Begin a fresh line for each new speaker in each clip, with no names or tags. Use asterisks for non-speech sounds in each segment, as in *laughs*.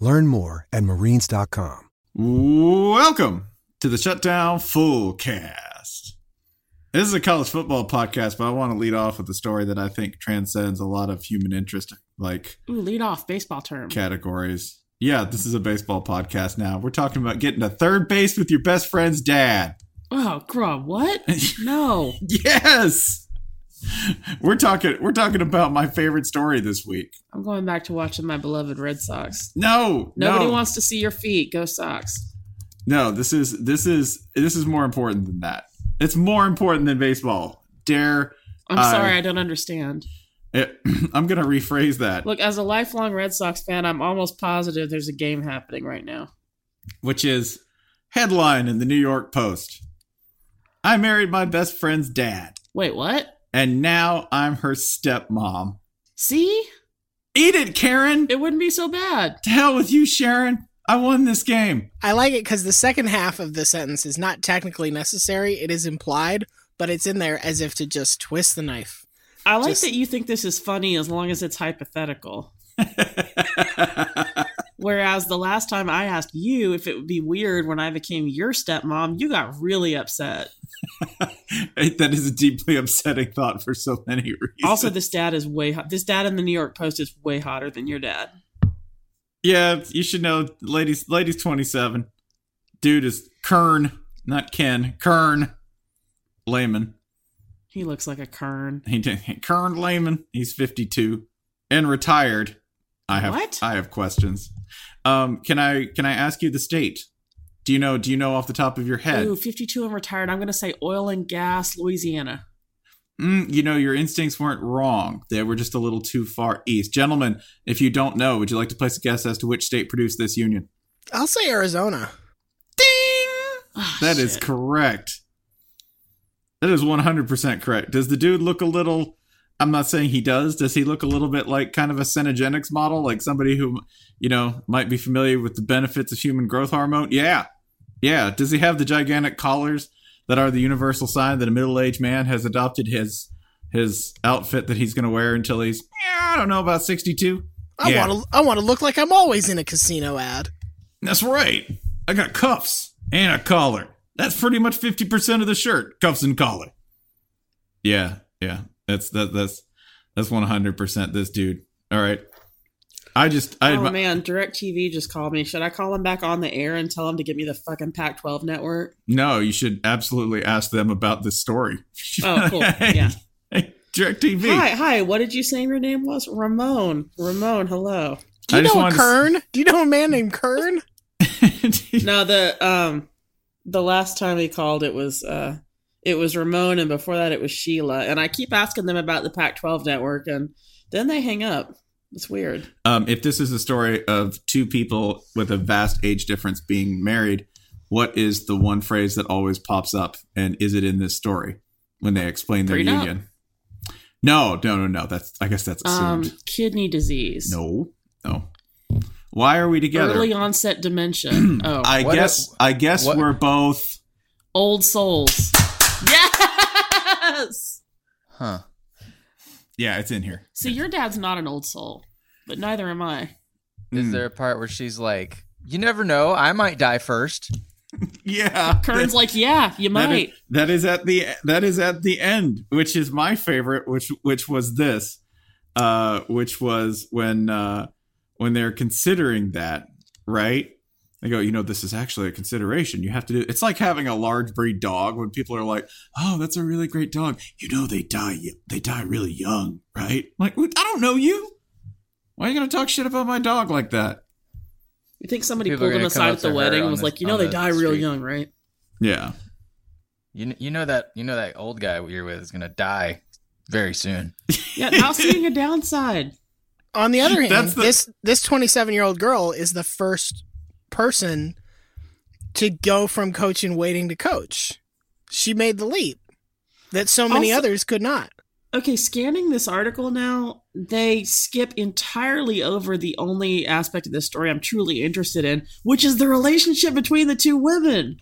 Learn more at marines.com.
Welcome to the Shutdown Full Cast. This is a college football podcast, but I want to lead off with a story that I think transcends a lot of human interest like
Ooh, lead off baseball term.
categories. Yeah, this is a baseball podcast now. We're talking about getting to third base with your best friend's dad.
Oh, grub,
*laughs*
what? No.
Yes. We're talking we're talking about my favorite story this week.
I'm going back to watching my beloved Red Sox.
No.
Nobody
no.
wants to see your feet. Go Sox.
No, this is this is this is more important than that. It's more important than baseball. Dare
I'm
Uh,
sorry, I don't understand.
It, *clears throat* I'm going to rephrase that,
Look, as a lifelong Red Sox fan, I'm almost positive there's a game happening right now.
which is *laughs* headline in the New York Post. I married my best friend's dad,
Wait, what?
and now I'm her stepmom.
See?
Eat it, Karen.
It wouldn't be so bad.
To hell with you, Sharon. I won this game.
I like it because the second half of the sentence is not technically necessary. It is implied, but it's in there as if to just twist the knife.
I like
Just-
that you think this is funny as long as it's
*laughs*
hypothetical. Whereas the last time I asked you if it would be weird when I became your stepmom, you got really upset.
that is a deeply upsetting thought for so many reasons.
Also, this dad is way hot. This dad in the New York Post is way hotter than your dad.
*laughs* yeah, you should know, ladies. Ladies, twenty-seven. Dude is Kern, not Ken. Kern, layman.
He looks like a kern.
He did. Kern Lehman. He's 52 and retired. I have
What?
I have questions. Um, can I can I ask you the state? Do you know Do you know off the top of your head?
Ooh, 52 and retired. I'm going to say oil and gas, Louisiana.
Mm, you know your instincts weren't wrong. They were just a little too far east. Gentlemen, if you don't know, would you like to place a guess as to which state produced this union?
I'll say Arizona.
That is correct. That is 100% correct. Does the dude look a little I'm not saying he does. Does he look a little bit like kind of a Cenogenics model, like somebody who, you know, might be familiar with the benefits of human growth hormone? Yeah. Yeah. Does he have the gigantic collars that are the universal sign that a middle-aged man has adopted his his outfit that he's going to wear until he's yeah, I don't know about 62?
I
Yeah.
want to. I want to look like I'm always in a casino ad.
That's right. I got cuffs and a collar. That's pretty much fifty percent of the shirt, cuffs and collar. Yeah, yeah. That's that that's that's one hundred percent this dude. All right. I just I
Oh,
admi-
man. DirecTV just called me. Should I call him back on the air and tell him to get me the fucking Pac 12 network?
no, you should absolutely ask them about this story. *laughs*
Oh, cool. Yeah.
Hey, DirecTV.
Hi, hi. What did you say your name was? Ramon. Ramon, hello.
Do
I
you
just
know a
wanted to-
Kern? Do you know a man named Kern?
No, the um the last time he called it was uh it was Ramon, and before that, it was Sheila. And I keep asking them about the Pac 12 network, and then they hang up. It's weird.
Um, if this is a story of two people with a vast age difference being married, what is the one phrase that always pops up, and is it in this story when they explain their
Prenup.
union? No, no, no, no. That's I guess that's assumed.
Um, kidney disease.
no, no. Why are we together?
Early
*clears throat*
onset dementia. oh,
I
What
guess
if-
I guess
what-
we're both.
old souls. Yes.
Huh.
Yeah, it's in here.
See, your dad's not an old soul, but neither am I.
Is there a part where she's like, "You never know, I might die first.
Yeah,
Kern's like, yeah, you
That is-
might.
that is at the that is at the end, which is my favorite, which which was this, uh, which was when uh, when they're considering that, right? They go, you know, this is actually a consideration. You have to do. It's like having a large breed dog. When people are like, "Oh, that's a really great dog," you know, they die. y- They die really young, right? Like, I don't know you. Why are you gonna talk shit about my dog like that?
You think somebody
People are
pulled him
gonna come
aside
up
at the
to her
wedding and
on
was
the-
like, you know,
on
they
the
die real
street."
young, right?
Yeah,
You kn- you know that you know that old guy you're with is gonna die very soon."
Yeah, now seeing a downside.
On the other hand,
That's the-
this this 27 year old girl is the first person to go from coach and waiting to coach. She made the leap that so many
Also-
others could not.
Okay, scanning this article now, they skip entirely over the only aspect of this story I'm truly interested in, which is the relationship between the two women.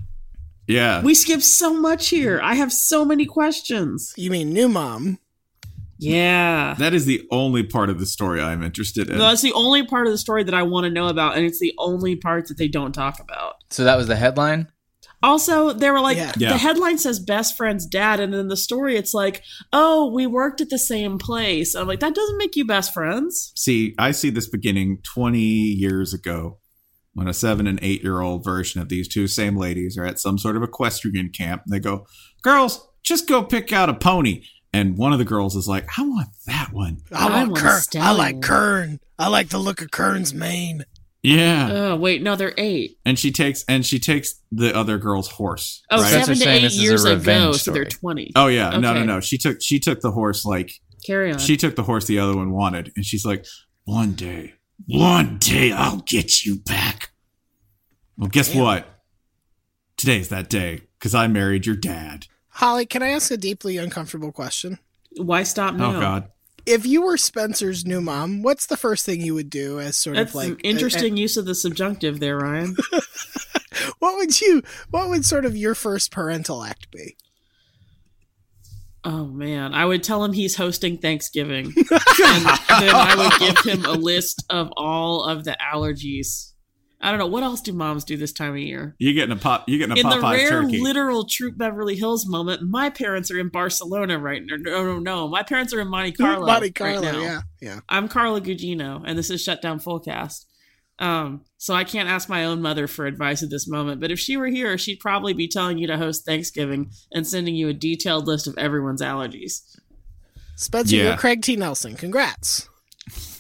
yeah.
We skip so much here. I have so many questions.
You mean new mom?
Yeah.
that is the only part of the story I'm interested in.
No, that's the only part of the story that I want to know about, and it's the only part that they don't talk about.
So that was the headline.
Also, they were like,
Yeah.
Yeah.
the headline says best friend's dad, and then the story, it's like, oh, we worked at the same place. I'm like, that doesn't make you best friends.
see i see this beginning 20 years ago when a seven and eight year old version of these two same ladies are at some sort of equestrian camp and they go girls just go pick out a pony and one of the girls is like i want that one
I want want a Kern. I stallion. like
Kern. I like the look of Kern's mane.
yeah
Oh, wait, no, they're eight.
and she takes and she takes the other girl's horse
Oh,
right?
so-
seven
Spencer's
to
saying
eight
this is a
years ago,
revenge
so they're
story.
20.
oh yeah no no
Okay.
no she took she took the horse like
Carry on.
she took the horse the other one wanted and she's like one day one day i'll get you back well guess what today's that day because i married your dad
Holly, can I ask a deeply uncomfortable question?
Why stop now?
oh god
If you were Spencer's new mom, what's the first thing you would do as sort
That's
of like
an interesting use of the subjunctive there, Ryan.
*laughs* What would you? What would sort of your first parental act be?
oh man, I would tell him he's hosting
*laughs*
Thanksgiving, and then I would give him a list of all of the allergies. I don't know what else do moms do this time of year.
you're getting a pop you're getting a
In the
popeye
rare
turkey
literal Troop Beverly Hills moment, my parents are in Barcelona right now. No, no, no. My parents are in Monte Carlo.
Monte
right
Carlo,
now.
yeah, yeah.
I'm Carla Gugino, and this is Shutdown Fullcast. Um, so I can't ask my own mother for advice at this moment, but if she were here, she'd probably be telling you to host Thanksgiving and sending you a detailed list of everyone's allergies.
Spencer,
Uh, Yeah.
you're Craig T. Nelson. Congrats.
*laughs*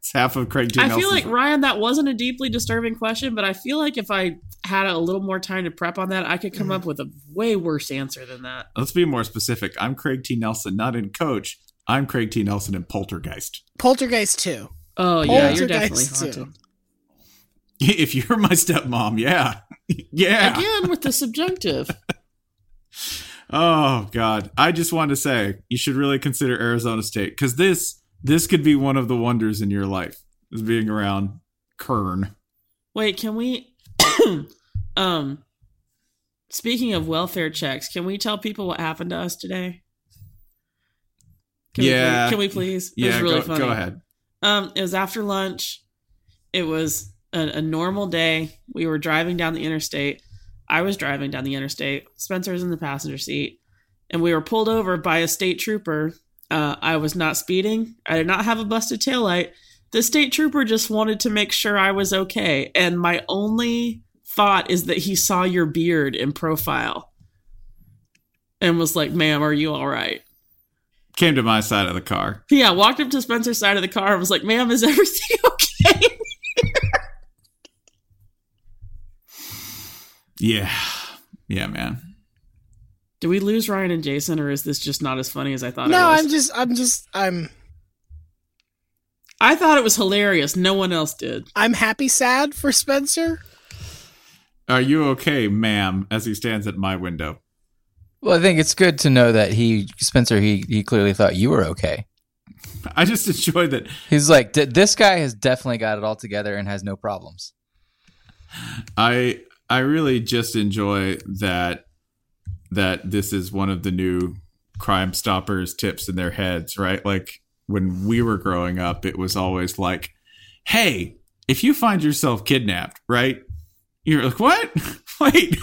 it's half of craig T.
I feel
Nelson's-
like Ryan, that wasn't a deeply disturbing question, but I feel like if I had a little more time to prep on that, I could
Mm.
come up with a way worse answer than that.
let's be more specific i'm craig t nelson not in coach i'm craig t nelson in poltergeist *laughs*
Poltergeist two.
Oh yeah, you're
Poltergeist
definitely
too.
haunted.
if you're my stepmom yeah *laughs* yeah
Again with the subjunctive.
Oh God! I just want to say you should really consider Arizona State because this this could be one of the wonders in your life is being around Kern.
Wait, can we *clears throat* um speaking of welfare checks, can we tell people what happened to us today? Can
Yeah.
We, can we please? it
Yeah,
was really
go,
funny.
go ahead.
Um, it was after lunch. It was a, a normal day. We were driving down the interstate. I was driving down the interstate. Spencer was in the passenger seat, and we were pulled over by a state trooper. Uh, I was not speeding. I did not have a busted taillight. The state trooper just wanted to make sure I was okay. And my only thought is that he saw your beard in profile and was like, ma'am, are you all right?
Came to my side of the car.
Yeah, walked up to Spencer's side of the car and was like, ma'am, is everything *laughs* okay?
Yeah, yeah, man.
Do we lose Ryan and Jason, or is this just not as funny as I thought? it
No,
was?
I'm just, I'm just, I'm,
I thought it was hilarious. No one else did.
I'm happy, sad for Spencer.
Are you okay, ma'am? As he stands at my window.
Well, I think it's good to know that he, Spencer, he he clearly thought you were okay.
I just *laughs* enjoyed that.
He's like, "D- this guy has definitely got it all together and has no problems.
I I really just enjoy that that this is one of the new crime stoppers tips in their heads, right? Like when we were growing up, it was always like, "Hey, if you find yourself kidnapped, right? You're like, what? *laughs* Wait."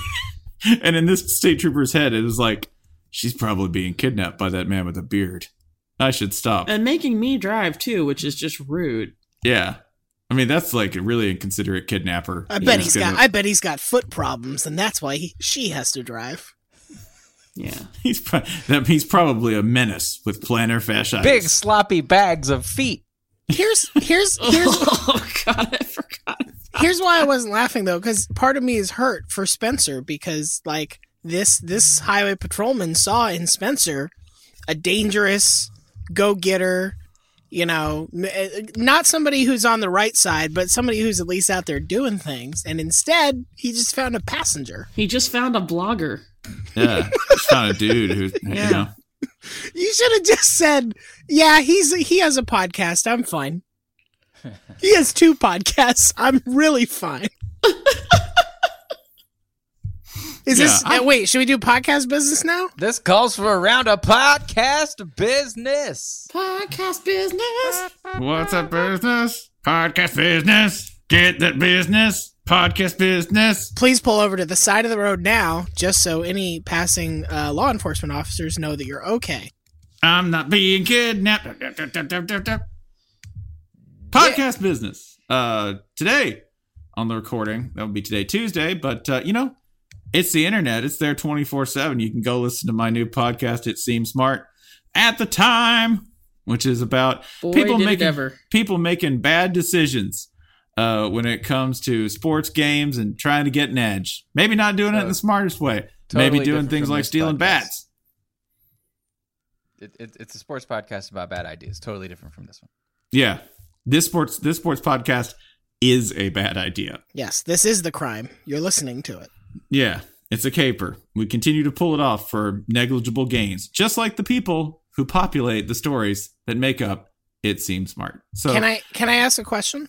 and in this state trooper's head, it was like, "She's probably being kidnapped by that man with a beard. I should stop."
And making me drive too, which is just rude.
yeah. I mean, that's like a really inconsiderate kidnapper.
I bet
He's
he's got,
gonna-
I bet he's got foot problems, and that's why he, she has to drive.
Yeah.
He's pro- that he's probably a menace with plantar fasciitis.
Big sloppy bags of feet.
Here's, here's, here's.
*laughs* oh God, I forgot.
Here's why I wasn't laughing though, because part of me is hurt for Spencer because like this this highway patrolman saw in Spencer a dangerous go getter, you know, m- eh, not somebody who's on the right side, but somebody who's at least out there doing things. And instead, he just found a passenger.
He just found a blogger.
Yeah, just found a dude who
Yeah.
you know.
You should have just said, "Yeah, he's he has a podcast. I'm fine. he has two podcasts. I'm really fine." Is this
Yeah, I-
uh, wait? Should we do podcast business now?
This calls for a round of podcast business.
Podcast business.
What's up, business? Podcast business. Get that business. Podcast business.
Please pull over to the side of the road now, just so any passing uh, law enforcement officers know that you're okay.
I'm not being kidnapped. Podcast business. Uh, today on the recording that would be today, Tuesday. But uh, you know, it's the internet. It's there twenty four seven. You can go listen to my new podcast. It seems smart at the time, which is about
Boy,
people
did it
making
ever.
people making bad decisions uh, when it comes to sports games and trying to get an edge. Maybe not doing it
Uh,
in the smartest way.
Totally
Maybe doing
different
things
from
like
this
stealing
podcast.
bats.
It, it, it's a sports podcast about bad ideas. Totally different from this one.
Yeah. This sports this sports podcast is a bad idea.
Yes, this is the crime. You're listening to it.
Yeah. It's a caper. We continue to pull it off for negligible gains, just like the people who populate the stories that make up it seems smart. So
Can I can I ask a question?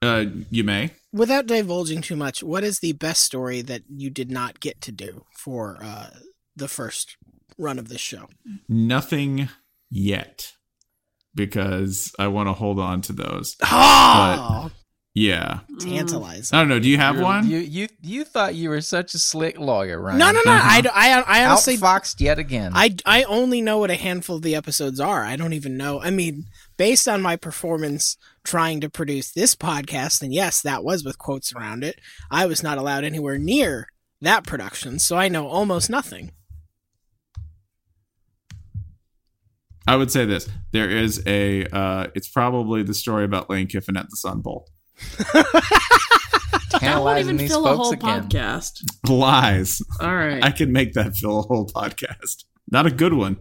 uh you may.
Without divulging too much, what is the best story that you did not get to do for uh, the first run of this show?
Nothing yet. Because I want to hold on to those.
Oh,
Yeah.
tantalizing.
I don't know. Do you have
You're-
one?
You you you thought you were such a slick lawyer, Ryan? Mm-hmm.
No, no, no. I, d- I, I honestly,
outfoxed yet again.
I, I only know what a handful of the episodes are. I don't even know. I mean, based on my performance trying to produce this podcast, and yes, that was with quotes around it, I was not allowed anywhere near that production, so I know almost nothing.
I would say this. There is a uh it's probably the story about Lane Kiffin at the Sun Bowl. *laughs*
That won't
Tantalizing
even
these
fill a
folks
whole
again.
podcast.
Lies.
All right.
I can make that fill a whole podcast. Not a good one,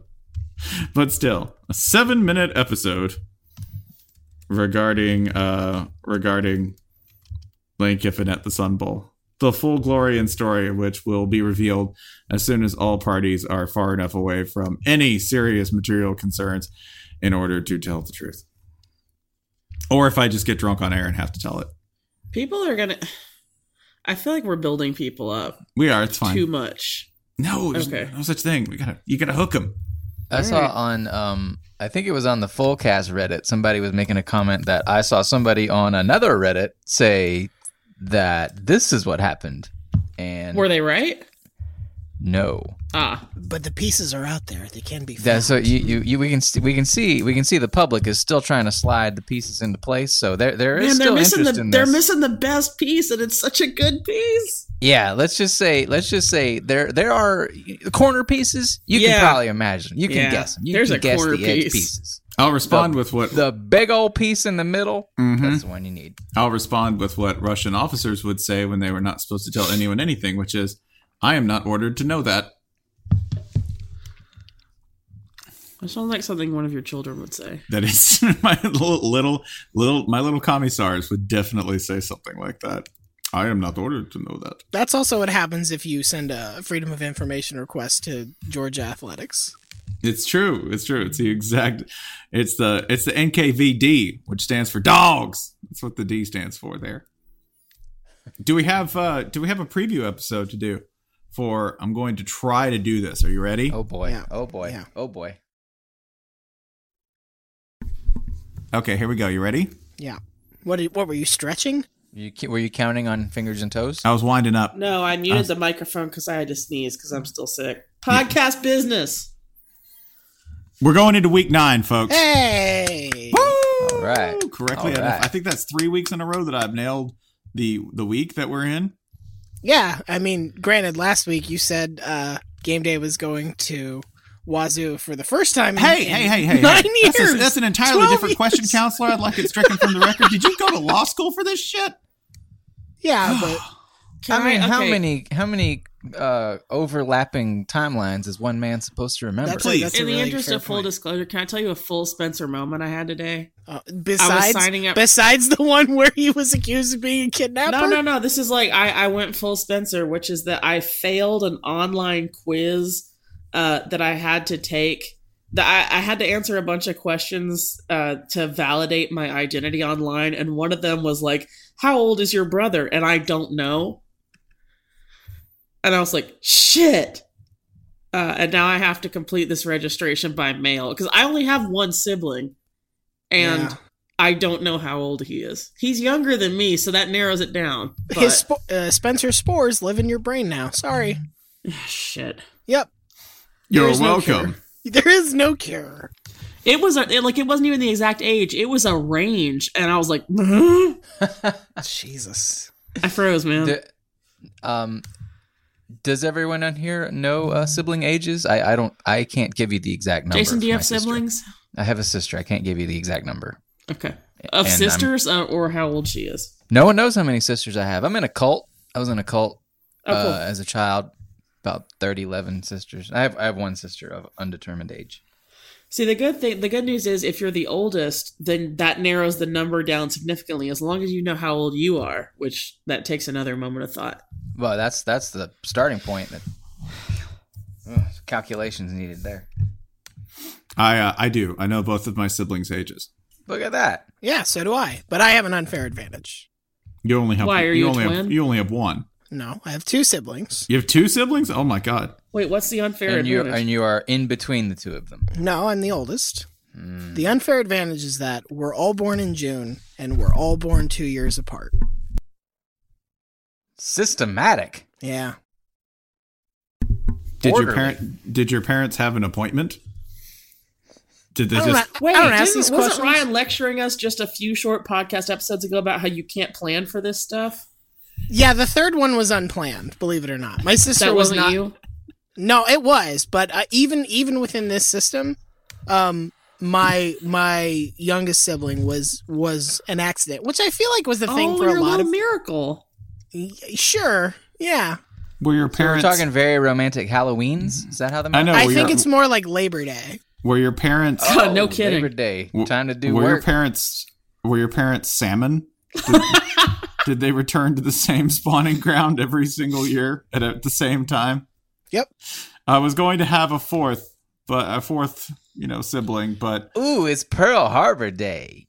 but still a seven-minute episode regarding uh regarding Lane Kiffin at the Sun Bowl. The full glory and story of which will be revealed as soon as all parties are far enough away from any serious material concerns in order to tell the truth. Or if I just get drunk on air and have to tell it.
people are gonna. I feel like we're building people up
We are, it's fine.
too much.
no, there's
Okay.
no such thing. We gotta you gotta hook him.
I saw on um I think it was on the Fullcast Reddit somebody was making a comment that I saw somebody on another Reddit say that this is what happened and
Were they right?
no
Ah,
But the pieces are out there; they can be found.
that's so you, you, you we can st- we can see we can see the public is still trying to slide the pieces into place so there there
man,
is
they're
still
missing
interest
the
in
they're
this.
missing the best piece, and it's such a good piece.
yeah let's just say let's just say there there are corner pieces you
Yeah.
can probably imagine you can
Yeah.
guess 'em. you
There's
can
a
guess
corner
the edge
piece.
pieces
I'll respond with what
the big old piece in the middle
Mm-hmm.
that's the one you need
I'll respond with what Russian officers would say when they were not supposed to tell anyone anything, which is, I am not ordered to know that.
That sounds like something one of your children would say.
That is *laughs* my little, little little my little commissars would definitely say something like that. I am not ordered to know that.
That's also what happens if you send a Freedom of Information request to Georgia Athletics.
It's true. It's true. It's the exact. It's the it's the NKVD, which stands for dogs. That's what the D stands for. There. Do we have uh do we have a preview episode to do? For I'm going to try to do this. Are you ready?
Oh boy. Oh boy. Oh boy.
Okay, here we go. You ready?
Yeah. What did, what were you stretching?
You ca- were you counting on fingers and toes?
I was winding up.
No, I muted
Uh,
the microphone because I had to sneeze because I'm still sick. Podcast business.
We're going into week nine, folks.
Hey.
All right.
Correctly,
All
enough.
right.
I think that's three weeks in a row that I've nailed the the week that we're in.
Yeah, I mean, granted, last week you said uh, game day was going to Wazoo for the first time. in-
Hey,
in
hey, hey, hey!
nine
hey.
years.
That's, a- that's an entirely
12
different question,
years.
counselor. I'd like it stricken from the record. Did you go to law school for this shit?
Yeah, but
I mean, how
okay.
many how many uh, overlapping timelines is one man supposed to remember?
that's
Please.
A, that's a
In the
really
interest
fair
of full
point.
disclosure, can I tell you a full Spencer moment I had today?
Uh, besides,
signing up-
besides the one where he was accused of being a kidnapper.
No, no, no. This is like I, I went full Spencer, which is that I failed an online quiz uh, that I had to take. That I, I had to answer a bunch of questions uh, to validate my identity online, and one of them was like, "How old is your brother?" And I don't know. And I was like, "Shit." Uh, and now I have to complete this registration by mail because I only have one sibling, and
Yeah.
I don't know how old he is. He's younger than me, so that narrows it down. But,
His spo- uh, Spencer spores live in your brain now. Sorry.
*laughs* shit.
Yep.
You're
There's no
welcome.
cure. There is no cure.
It was a, it, like it wasn't even the exact age. It was a range, and I was like, *laughs* "Huh?"
Jesus.
I froze, man.
Do- um, does everyone on here know uh, sibling ages? I, I don't. I can't give you the exact number.
Jason, do you
for
have
my sister.
siblings?
I have a sister. I can't give you the exact number.
Okay,
And I'm-
of sisters uh, or how old she is.
No one knows how many sisters I have. I'm in a cult. I was in a cult
Oh, cool.
uh, as a child. About 30, 11 sisters. I have I have one sister of undetermined age.
See, the good thing, the good news is, if you're the oldest, then that narrows the number down significantly. As long as you know how old you are, which that takes another moment of thought.
Well, that's that's the starting point. That Ugh, calculations needed there.
I uh, I do. I know both of my siblings' ages.
Look at that.
Yeah, so do I. But I have an unfair advantage.
You only have
Why, are you a
only
twin?
have you only have one.
No, I have two siblings.
You have two siblings? Oh my god.
Wait, what's the unfair
and you
advantage?
and you are in between the two of them. Hmm.
No, I'm the oldest. The unfair advantage is that we're all born in June and we're all born two years apart.
Systematic.
Yeah.
Did your
Orderly.
parent did your parents have an appointment? Did they
I don't,
just
a-
Wait,
I don't ask
didn't-
these
wasn't
questions.
Ryan lecturing us just a few short podcast episodes ago about how you can't plan for this stuff?
Yeah, the third one was unplanned, believe it or not. My sister
that
was
wasn't
not.
you.
No, it was, but uh, even even within this system, um, my my youngest sibling was was an accident, which I feel like was the thing
oh,
for
your
a lot
little
of.
miracle.
Y- sure, yeah.
were your
We're
parents
talking very romantic Halloweens. Is that how the
I know
I
were
think
your,
it's more like Labor Day.
were your parents
Oh,
God, no kidding.
Labor Day.
w-
Time to do
were your
work.
parents were your parents salmon? Did, did they return to the same spawning ground every single year at, at the same time?
Yep.
I was going to have a fourth, but a fourth, you know, sibling, but
Ooh, it's Pearl Harbor Day.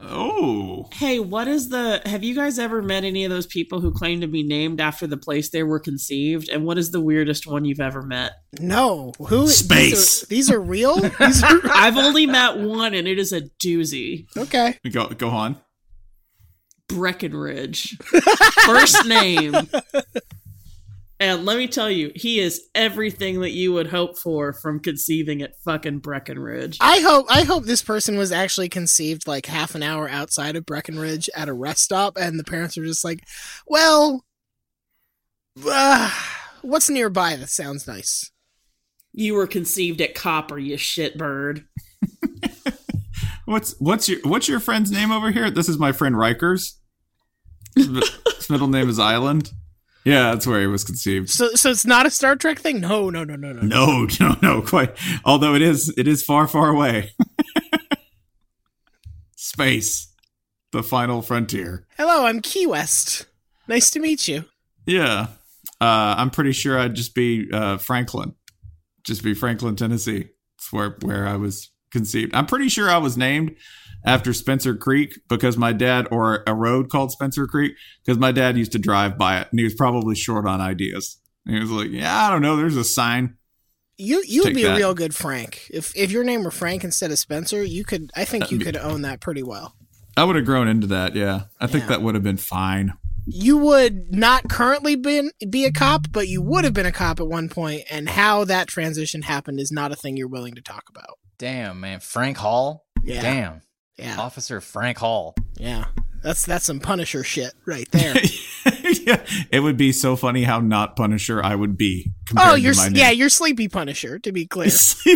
oh,
Hey, what is the? Have you guys ever met any of those people who claim to be named after the place they were conceived? And what is the weirdest one you've ever met?
No, who these are-
Space.
These are, real.
*laughs*
These are
I've only met one, and it is a doozy.
okay.
go go on.
Breckenridge, first name. And let me tell you, he is everything that you would hope for from conceiving at fucking Breckenridge.
I hope I hope this person was actually conceived like half an hour outside of Breckenridge at a rest stop, and the parents were just like, "Well, uh, what's nearby that sounds nice."
You were conceived at Copper, you shitbird.
What's what's your what's your friend's name over here? This is my friend Rikers. His middle name is Island. Yeah, that's where he was conceived.
So, so it's not a Star Trek thing. No, no, no, no, no.
No, no, no, quite. Although it is, it is far, far away. *laughs* Space, the final frontier.
Hello, I'm Key West. Nice to meet you.
Yeah, uh, I'm pretty sure I'd just be uh, Franklin, just be Franklin, Tennessee. That's where where I was conceived. I'm pretty sure I was named after Spencer Creek because my dad, or a road called Spencer Creek, because my dad used to drive by it, and he was probably short on ideas. And he was like, "Yeah, I don't know. There's a sign."
You you would
Take
be a
that.
real good Frank. If if your name were Frank instead of Spencer, you could. I think you could own that pretty well.
I would have grown into that. Yeah, I think that would have been fine. *laughs*
You would not currently been be a cop, but you would have been a cop at one point. And how that transition happened is not a thing you're willing to talk about.
Damn, man. Frank Hall?
Yeah.
Damn.
Yeah.
Officer Frank Hall.
Yeah, that's that's some Punisher shit right there.
yeah, it would be so funny how not Punisher I would be. Compared
oh, you're
to my
s-
name.
yeah, you're Sleepy Punisher to
*laughs*
be clear.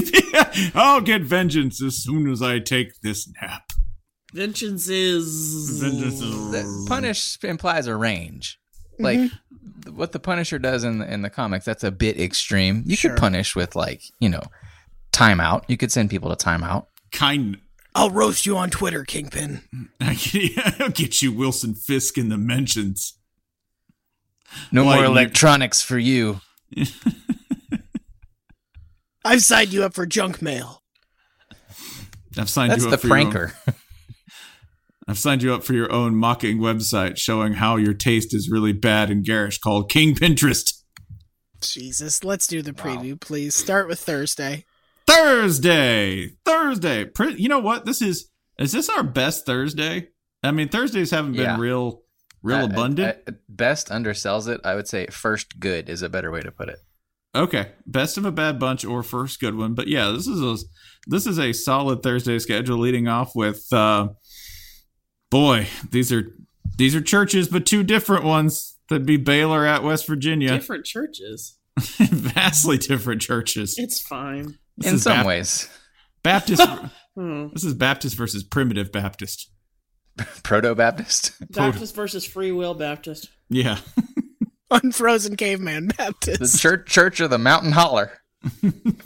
*laughs* I'll get vengeance as soon as I take this nap.
*laughs* Vengeance is.
That punish implies a range. Like th- what the Punisher does in the, in the comics, that's a bit extreme. You could punish with like you know timeout. You could send people to timeout.
Kind.
I'll roast you on Twitter, Kingpin.
*laughs* I'll get you Wilson Fisk in the mentions.
No more
Lightning.
electronics for you.
I've signed you up for junk mail.
I've signed
That's
you
the
up for your own-
pranker.
*laughs*
*laughs*
I've signed you up for your own mocking website showing how your taste is really bad and garish called King Pinterest.
Jesus, let's do the preview, please. Start with Thursday.
Thursday. Thursday. Pre- You know what? This is is this our best Thursday? I mean, Thursdays haven't been
Yeah.
real real
I- I-
abundant.
I- Uh, best undersells it. I would say first good is a better way to put it.
Okay, best of a bad bunch or first good one, but yeah, this is a this is a solid Thursday schedule leading off with uh, boy, these are these are churches, but two different ones. That'd be Baylor at West Virginia,
Different churches.
*laughs* vastly different churches.
It's fine.
This
in
is
some
Bap-
ways, *laughs*
Baptist.
*laughs* Hmm.
this is Baptist versus primitive Baptist.
proto
*laughs*
Baptist.
Baptist versus Free Will Baptist.
Yeah, *laughs*
Unfrozen Caveman Baptist.
the church church of the mountain holler.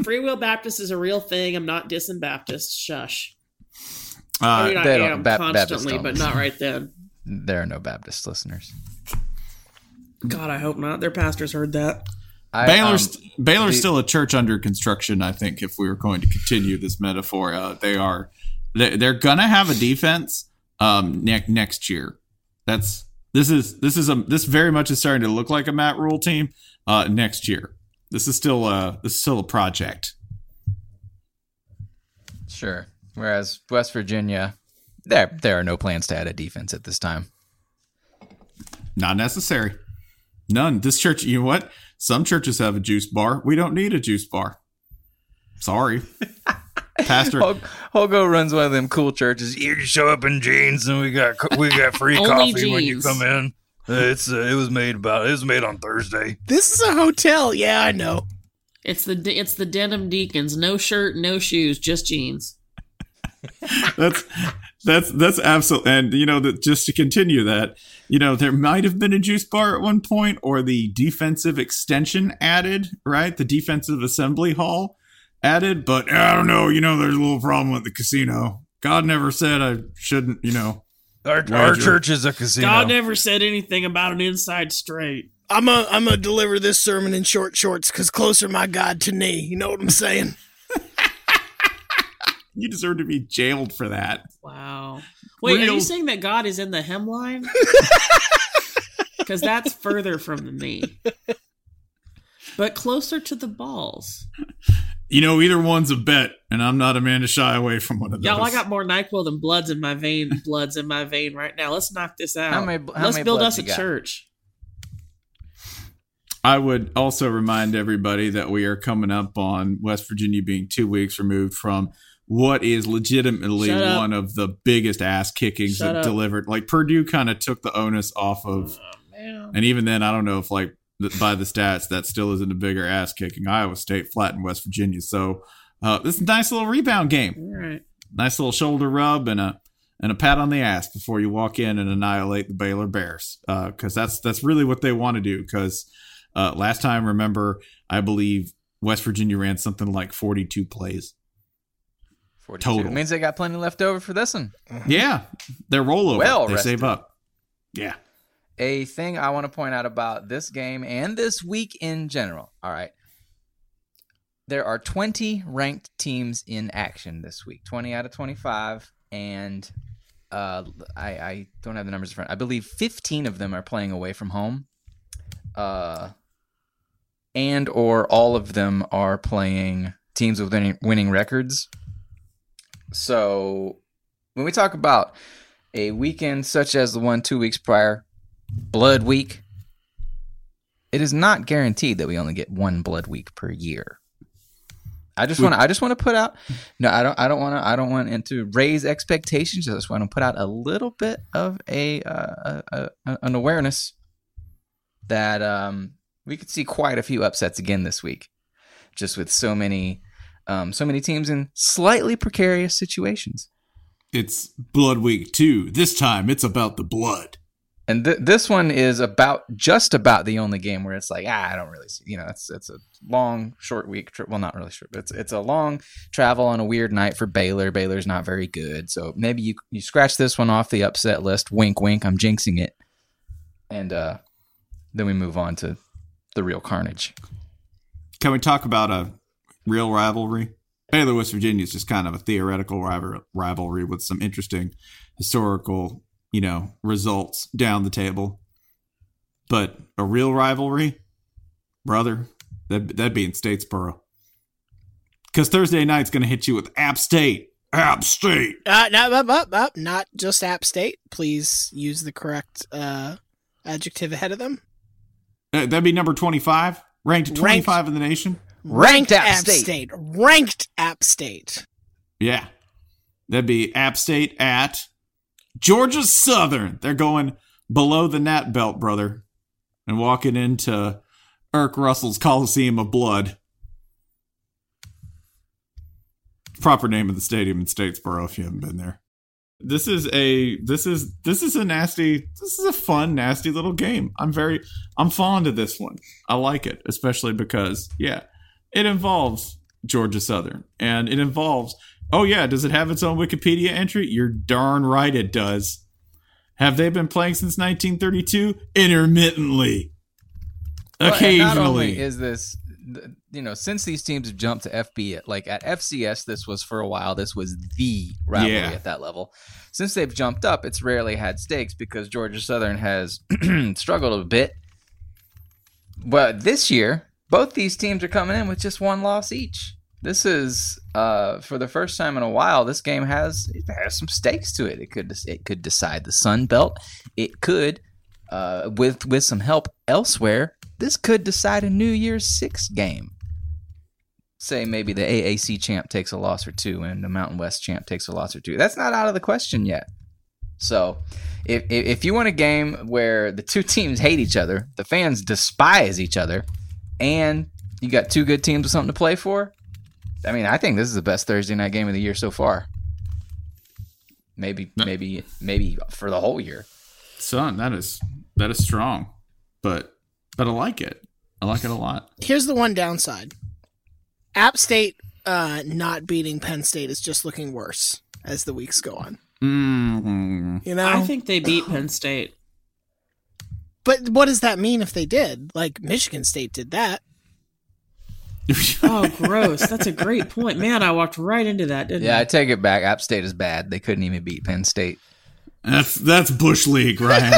Free Will Baptist is a real thing. I'm not dissing Baptist. Shush. I
uh,
mean, I
they don't-
am
Ba- Baptist
constantly,
don't.
but not right then.
There are no Baptist listeners.
God, I hope not. Their pastors heard that.
I,
Baylor's
um,
Baylor's
the-
still a church under construction. I think if we were going to continue this metaphor, uh, they are they, they're gonna have a defense um, ne- next year. That's this is this is a this very much is starting to look like a Matt Rule team uh, next year. This is still a this is still a project.
Sure. Whereas West Virginia, there there are no plans to add a defense at this time.
Not necessary. None. This church, you know what? Some churches have a juice bar. We don't need a juice bar.
*laughs*
Sorry, Pastor.
Hol- Holgo runs one of them cool churches. You can show up in jeans, and we got co- we got free
Only
coffee when you
jeans.
come in. Uh, It's uh, it was made about it was made on Thursday.
This is a hotel. Yeah, I know.
It's the de- it's the denim deacons. No shirt, no shoes, just jeans.
that's that's that's absolute and you know that just to continue that you know there might have been a juice bar at one point or the defensive extension added right the defensive assembly hall added but i don't know you know there's a little problem with the casino god never said i shouldn't you know
Our, our
Roger.
church is a casino.
God never said anything about an inside straight.
I'm a I'm gonna deliver this sermon in short shorts because closer my God to knee. You know what I'm saying?
you deserve to be jailed for that
Wow. Wait, are
Real-
you saying that God is in the
*laughs*
hemline? Because that's further from the knee, but closer to the balls.
you know either one's a bet and i'm not a man to shy away from one of those
Y'all, I got more Nyquil than bloods in my vein. Bloods in my vein right now. Let's knock this out.
How many- how
Let's
many
build
bloods
us a
you got?
church.
I would also remind everybody that we are coming up on West Virginia being two weeks removed from what is legitimately
Shut up.
one of the biggest ass kickings
Shut
that
up. Oh,
delivered. Like Purdue kind of took the onus off of, and even then, I don't know if like th- by the stats that still isn't a bigger ass kicking. Iowa State flattened West Virginia, so uh, this is a nice little rebound game,
All right.
nice little shoulder rub, and a and a pat on the ass before you walk in and annihilate the Baylor Bears, because that's that's really what they want to do. Because uh, last time, remember, I believe West Virginia ran something like forty-two plays
42.
total.
means they got plenty left over for this one.
Yeah, they're rollover.
Well
they
rested.
save up. Yeah.
a thing I want to point out about this game and this week in general. All right. There are 20 ranked teams in action this week, 20 out of 25. And uh, I, I don't have the numbers in front. I believe 15 of them are playing away from home. Uh, and or all of them are playing teams with winning, winning records. So when we talk about a weekend such as the one two weeks prior, Blood Week, it is not guaranteed that we only get one Blood Week per year. I just
We-
want to. I just want to put out. No, I don't. I don't want to. I don't want and to raise expectations. I just want to put out a little bit of a, uh, a, a- a- an awareness that um, we could see quite a few upsets again this week, just with so many, um, so many teams in slightly precarious situations.
It's Blood Week 2. This time it's about the blood.
And th- this one is about just about the only game where it's like, ah, I don't really see, you know, it's it's a long, short week. Tri- well, not really short, but it's it's a long travel on a weird night for Baylor. Baylor's not very good, so maybe you you scratch this one off the upset list. Wink, wink. I'm jinxing it, and uh, then we move on to the real carnage.
Can we talk about a real rivalry? Baylor West Virginia is just kind of a theoretical rival- rivalry with some interesting historical, you know, results down the table. But a real rivalry, brother, that that'd be in Statesboro. Because Thursday night's going to hit you with App State. App State.
Uh, no, up, up, up. Not just App State. Please use the correct uh, adjective ahead of them.
Uh, That'd be number 25, ranked 25 in the nation.
Ranked App State.
Ranked App State.
Yeah. That'd be App State at Georgia Southern. They're going below the Nat Belt, brother, and walking into Irk Russell's Coliseum of Blood. Proper name of the stadium in Statesboro if you haven't been there. This is a this is this is a nasty this is a fun nasty little game. I'm very I'm fond of this one. I like it, especially because yeah, it involves Georgia Southern and it involves oh yeah, does it have its own Wikipedia entry? You're darn right it does. Have they been playing since 1932? Intermittently.
Well, and not only
Occasionally.
is this th- you know since these teams have jumped to FB like at FCS this was for a while this was the rivalry
Yeah.
at that level since they've jumped up it's rarely had stakes because Georgia Southern has *clears throat* struggled a bit but this year both these teams are coming in with just one loss each this is uh, for the first time in a while this game has it has some stakes to it it could it could decide the Sun Belt it could uh, with with some help elsewhere, this could decide a New Year's Six game. Say maybe the AAC champ takes a loss or two, and the Mountain West champ takes a loss or two. That's not out of the question yet. So, if if, if you want a game where the two teams hate each other, the fans despise each other, and you got two good teams with something to play for, I mean, I think this is the best Thursday night game of the year so far. Maybe, maybe, maybe for the whole year.
Son, that is that is strong. But but I like it. I like it a lot.
Here's the one downside. App State uh, not beating Penn State is just looking worse as the weeks go on.
Mm.
You know,
I think they beat
*laughs*
Penn State.
But what does that mean if they did? Like Michigan State did that.
Oh, gross. That's a great point. Man, I walked right into that, didn't
Yeah,
I?
I take it back. App State is bad. They couldn't even beat Penn State.
*laughs* That's that's Bush
*laughs*
League, Ryan.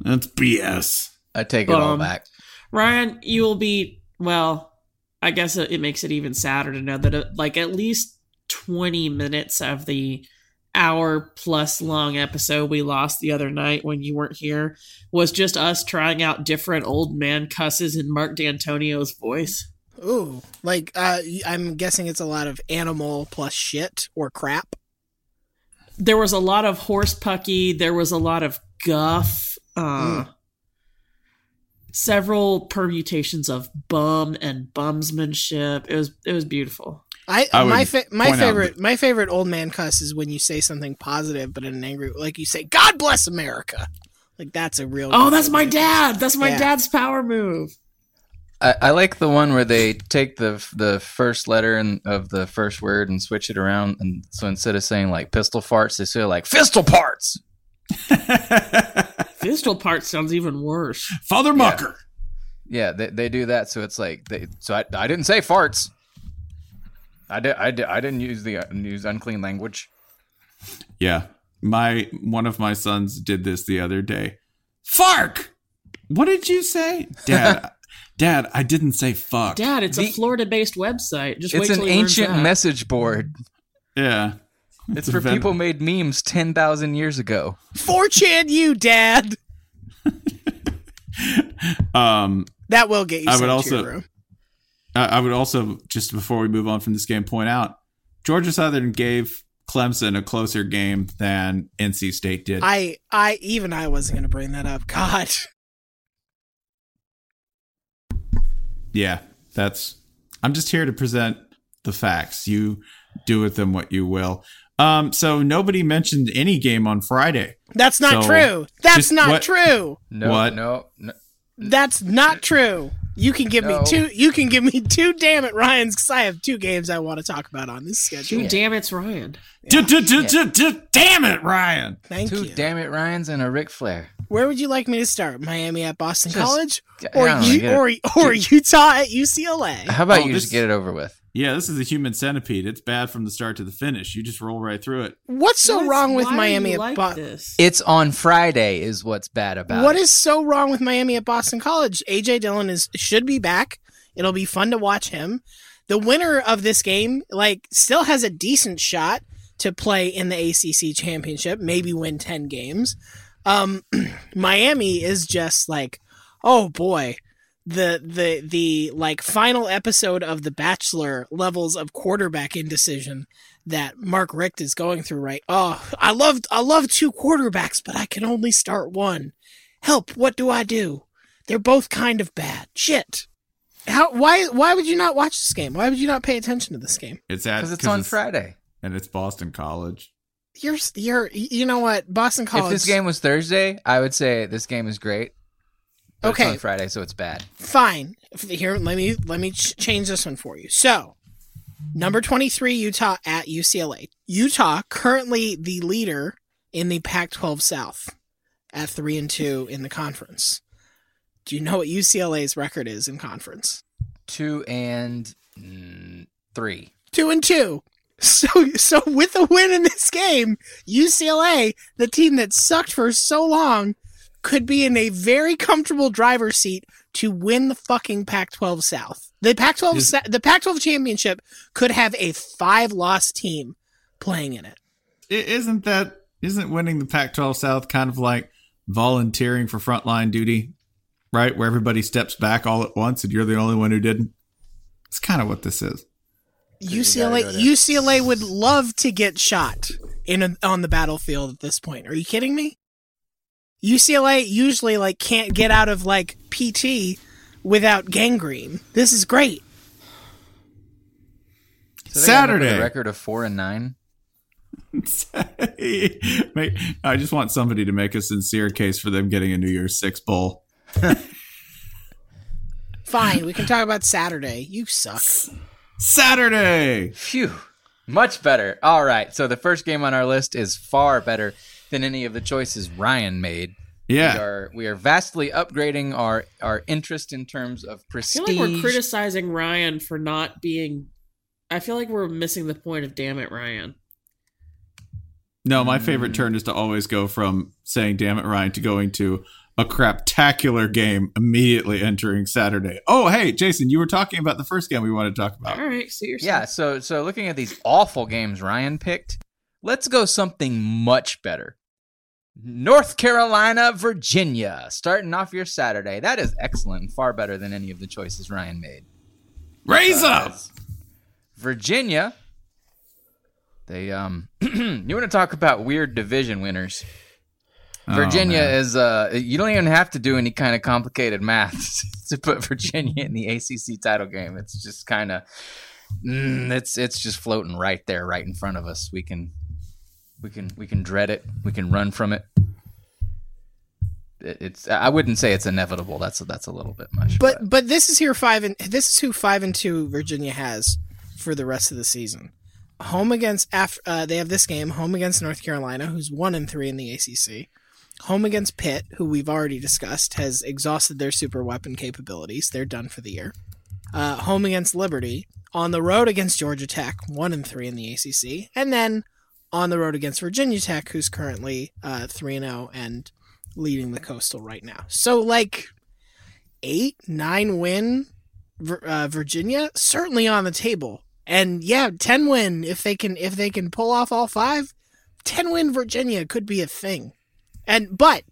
that's BS.
I take it all
Um,
back.
Ryan, you will be, well, I guess it, it makes it even sadder to know that, uh like, at least 20 minutes of the hour plus long episode we lost the other night when you weren't here was just us trying out different old man cusses in Mark D'Antonio's voice.
Ooh, like uh, I'm guessing it's a lot of animal plus shit or crap.
there was a lot of horse pucky. There was a lot of guff. Uh,
Mm.
Several permutations of bum and bumsmanship. It was it was beautiful. I,
I would
my fa- my
point out
favorite my favorite old man cuss is when you say something positive but in an angry like you say God bless America. Like that's a real
Oh, that's my dad. That's my
Yeah.
dad's power move.
I, I like the one where they take the f- the first letter and of the first word and switch it around, and so instead of saying like pistol farts, they say like fistal parts.
Fistal part sounds even worse.
Father Mucker.
Yeah, they, they do that, so it's like they. So I, I didn't say farts. I did, I, did, I didn't use the uh, use unclean language.
Yeah. My one of my sons did this the other day. Fark. What did you say?
*laughs*
Dad, Dad, I didn't say fuck.
Dad, it's a Florida-based website. Just wait
it's
till
an
he learns
ancient
that.
message board.
*laughs*
Yeah.
It's,
a
for
ven-
people made memes ten thousand years ago.
fortune you dad.
Um
That will get you.
I would
sent to
also-
your room.
I, I would also just before we move on from this game point out Georgia Southern gave Clemson a closer game than NC State did.
I I even I wasn't going to bring that up. God.
yeah, that's. I'm just here to present the facts. You do with them what you will. Um, so nobody mentioned any game on Friday.
That's not
So,
true. That's
just
not
what-
true.
No,
What?
no, no.
That's not true. You can give
No.
me two you can give me two damn it Ryan's cuz I have two games I want to talk about on this schedule.
Dude, damn, it's Ryan.
Du- du- du- du- du- Damn it, Ryan!
Thank
Two
you.
damn it, Ryan's and a Ric Flair.
Where would you like me to start? Miami at Boston
Just-
College
Yeah,
or
I don't know,
U-
get it.
or or Utah at UCLA?
How about
Oh,
you
this-
just get it over with?
Yeah, this is a human centipede. It's bad from the start to the finish. You just roll right through it.
What's so
What's-
wrong with
why do
Miami
you
at
like
Boston?
this?
It's on Friday, is what's bad about
What
it.
is so wrong with Miami at Boston College? AJ Dillon is should be back. It'll be fun to watch him. The winner of this game, like, still has a decent shot to play in the ACC championship. Maybe win ten games. Um, *clears throat* Miami is just like, oh boy, the the the like final episode of The Bachelor levels of quarterback indecision that Mark Richt is going through. Right? Oh, I loved I love two quarterbacks, but I can only start one. Help! What do I do? They're both kind of bad. Shit. How? Why? Why would you not watch this game? Why would you not pay attention to this game?
It's at
Because it's on Friday.
and it's Boston College.
You're you're you know what? Boston College.
If this game was Thursday, I would say this game is great. But It's
Okay.
on Friday, so it's bad.
fine. F- Here, let me let me ch- change this one for you. So, number twenty-three, Utah at UCLA. Utah currently the leader in the Pac-12 South at three and two in the conference. Do you know what UCLA's record is in conference?
Two and mm, three.
two and two. So, so with a win in this game, UCLA, the team that sucked for so long, could be in a very comfortable driver's seat to win the fucking Pac-12 South. The Pac-12,
Is-
sa- the Pac-12 championship could have a five-loss team playing in it.
I- Isn't that? Isn't winning the Pac-12 South kind of like volunteering for frontline duty, right? Where everybody steps back all at once, and you're the only one who didn't. It's kind of what this is. *laughs*
UCLA, UCLA would love to get shot in a, on the battlefield at this point. Are you kidding me? UCLA usually like can't get out of like PT without gangrene. This is great.
So they end up with
Saturday.
A record of four and nine.
Mate, I just want somebody to make a sincere case for them getting a New Year's Six bowl.
Fine, we can talk about Saturday. You suck.
Saturday.
Phew. Much better. All right. So the first game on our list is far better than any of the choices Ryan made. We
Yeah.
are, we are vastly upgrading our, our interest in terms
I
of
feel
prestige.
like we're criticizing Ryan for not being. I feel like we're missing the point of damn it, Ryan.
No, my favorite turn is to always go from saying "Damn it, Ryan" to going to a craptacular game immediately entering Saturday. Oh, hey, Jason, you were talking about the first game we wanted to talk about.
All right, see yourself.
Yeah, so so looking at these awful games Ryan picked, let's go something much better. North Carolina, Virginia, starting off your Saturday. That is excellent, and far better than any of the choices Ryan made.
Raise up.
Virginia, they um, *clears throat* you want to talk about weird division winners? Virginia is uh, you don't even have to do any kind of *laughs* complicated math to put Virginia in the ACC title game. It's just kind of mm, it's it's just floating right there, right in front of us. We can we can we can dread it. We can run from it. It- It's I wouldn't say it's inevitable. That's that's a little bit much.
But but this is here five and this is who five and two Virginia has for the rest of the season. Home against Af- uh, they have this game home against North Carolina, who's one and three in the ACC. Home against Pitt, who we've already discussed has exhausted their super weapon capabilities. They're done for the year. Uh, home against Liberty, on the road against Georgia Tech, one and three in the ACC, and then on the road against Virginia Tech, who's currently uh, three and zero and leading the Coastal right now. So like eight, nine win Vir- uh, Virginia certainly on the table. And yeah, ten win if they can if they can pull off all five, ten win Virginia could be a thing. And but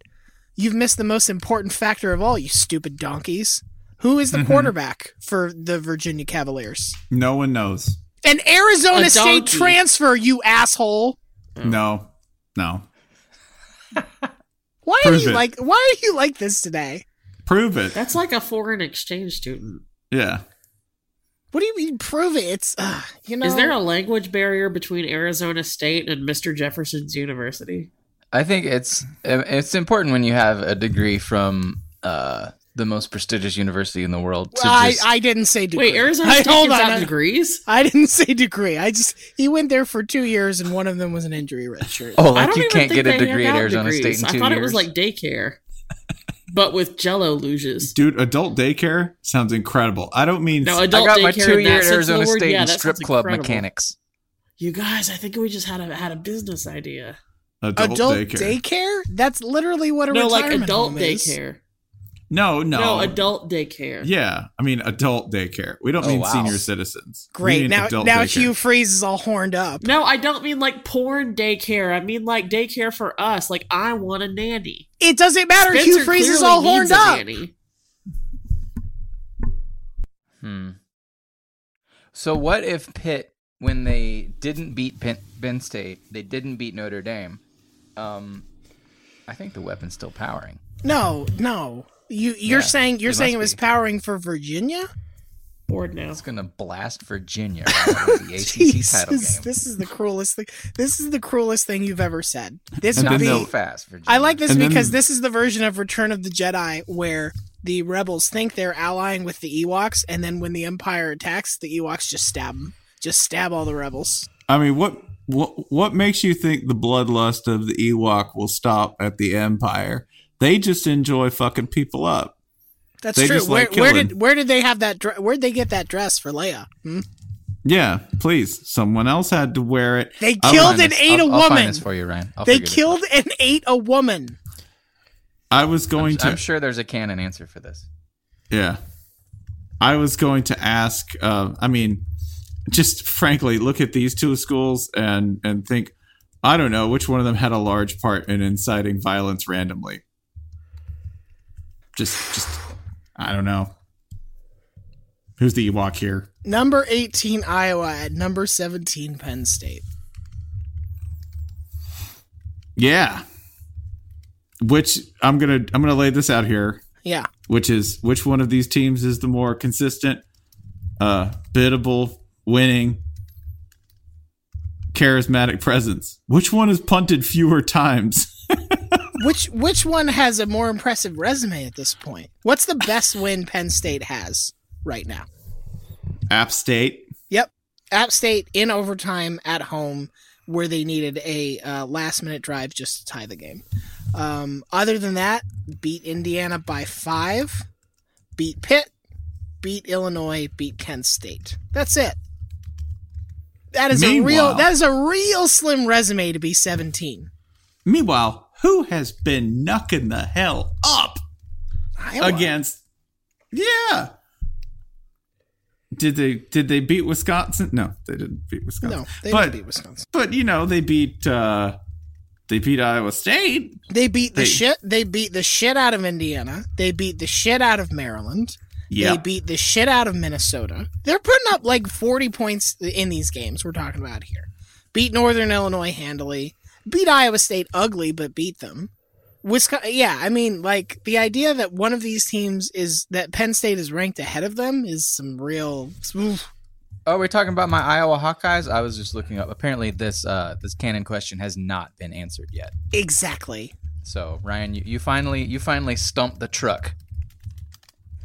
you've missed the most important factor of all, you stupid donkeys. Who is the
Mhm.
quarterback for the Virginia Cavaliers?
No one knows.
An Arizona
A
State
donkey.
transfer, you asshole.
Oh.
No, no.
Why are
Prove
you
it.
like why are you like this today?
Prove it.
That's like a foreign exchange student.
Yeah.
What do you mean prove it? It's uh, you know
Is there a language barrier between Arizona State and Mr. Jefferson's University?
I think it's um, it's important when you have a degree from uh, the most prestigious university in the world. To
Well, I,
just,
I didn't say degree.
Wait, Arizona
I,
State
hold
gives
on.
out
I-
degrees?
I didn't say degree. I just he went there for two years, and one of them was an injury red shirt.
oh,
I
like
don't
you
even
can't
think
get a
they hand
degree at
out
Arizona
degrees.
State in two
I thought
years.
it was like daycare, but with Jello luges.
Dude, adult daycare sounds incredible. I don't mean
No,
I
adult
got my
daycare in
two year
that sense
at
of the
Arizona
word,
State
yeah,
in
that
strip
sounds
club
incredible.
mechanics.
You guys, I think we just had a had a business idea.
adult,
Adult
daycare.
daycare. That's literally what a
No, like
retirement
adult
home is.
daycare.
No, no.
No, adult daycare.
Yeah, I mean adult daycare. We don't
Oh,
mean
wow.
senior citizens. We
Great.
mean
Now,
adult
now
daycare.
Hugh Freeze is all horned up.
No, I don't mean like porn daycare. I mean like daycare for us. Like I want a nanny.
It doesn't matter. Hugh
Spencer
Freeze is
clearly
all
needs
horned
a
up.
nanny.
Hmm. So what if Pitt, when they didn't beat Penn, Penn State, they didn't beat Notre Dame? Um, I think the weapon's still powering.
No, no. You you're
Yeah,
saying you're
it
saying
must
it was
be.
powering for Virginia.
Bored now.
It's gonna blast Virginia out of
*laughs*
the ACC title
Jesus,
game.
this is the cruelest thing. This is the cruelest thing you've ever said. This
And
Not
would
then
be
so
they'll-
fast, Virginia.
I like this
And then-
because this is the version of Return of the Jedi where the rebels think they're allying with the Ewoks, and then when the Empire attacks, the Ewoks just stab them. Just stab all the rebels.
I mean, what what what makes you think the bloodlust of the Ewok will stop at the Empire? They just enjoy fucking people up.
That's
They
true.
just like
where, where
killing.
did where did they have that? Dre- where'd they get that dress for Leia? Hmm?
Yeah, please. Someone else had to wear it.
They
I
killed
was-
and ate
I'll,
a
I'll
woman.
find this for you, Ryan. I'll
they
figure this
killed and ate a woman.
I was
out.
going to.
I'm sure there's a canon answer for this.
Yeah. I was going to ask. Uh, I mean, just frankly, look at these two schools and and think. I don't know which one of them had a large part in inciting violence randomly. Just, just, I don't know. Who's the Ewok here?
Number eighteen Iowa at number seventeen Penn State.
Yeah. Which I'm gonna I'm gonna lay this out here.
Yeah,
which is which one of these teams is the more consistent, uh, biddable, winning, charismatic presence? Which one has punted fewer times?
which which one has a more impressive resume at this point? What's the best win Penn State has right now?
App State.
Yep. App State in overtime at home where they needed a uh, last minute drive just to tie the game. Um, other than that, beat Indiana by five, beat Pitt, beat Illinois, beat Kent State. That's it. That is a real
Meanwhile-
that is a real slim resume to be 17.
Meanwhile, who has been knucking the hell up
Iowa.
against? Yeah. Did they did they beat Wisconsin? No, they didn't beat Wisconsin.
No, they
but
didn't beat Wisconsin.
but you know they beat uh they beat Iowa State.
They beat the
they-
shit. They beat the shit out of Indiana. They beat the shit out of Maryland. They
Yeah.
beat the shit out of Minnesota. They're putting up like 40 points in these games we're talking about here. Beat Northern Illinois handily. Beat Iowa State ugly, but beat them. Wisconsin, yeah, I mean, like the idea that one of these teams is that Penn State is ranked ahead of them is some real. oof.
Oh, we're talking about my Iowa Hawkeyes. I was just looking up. Apparently, this uh, this canon question has not been answered yet.
Exactly.
So, Ryan, you, you finally you finally stumped the truck.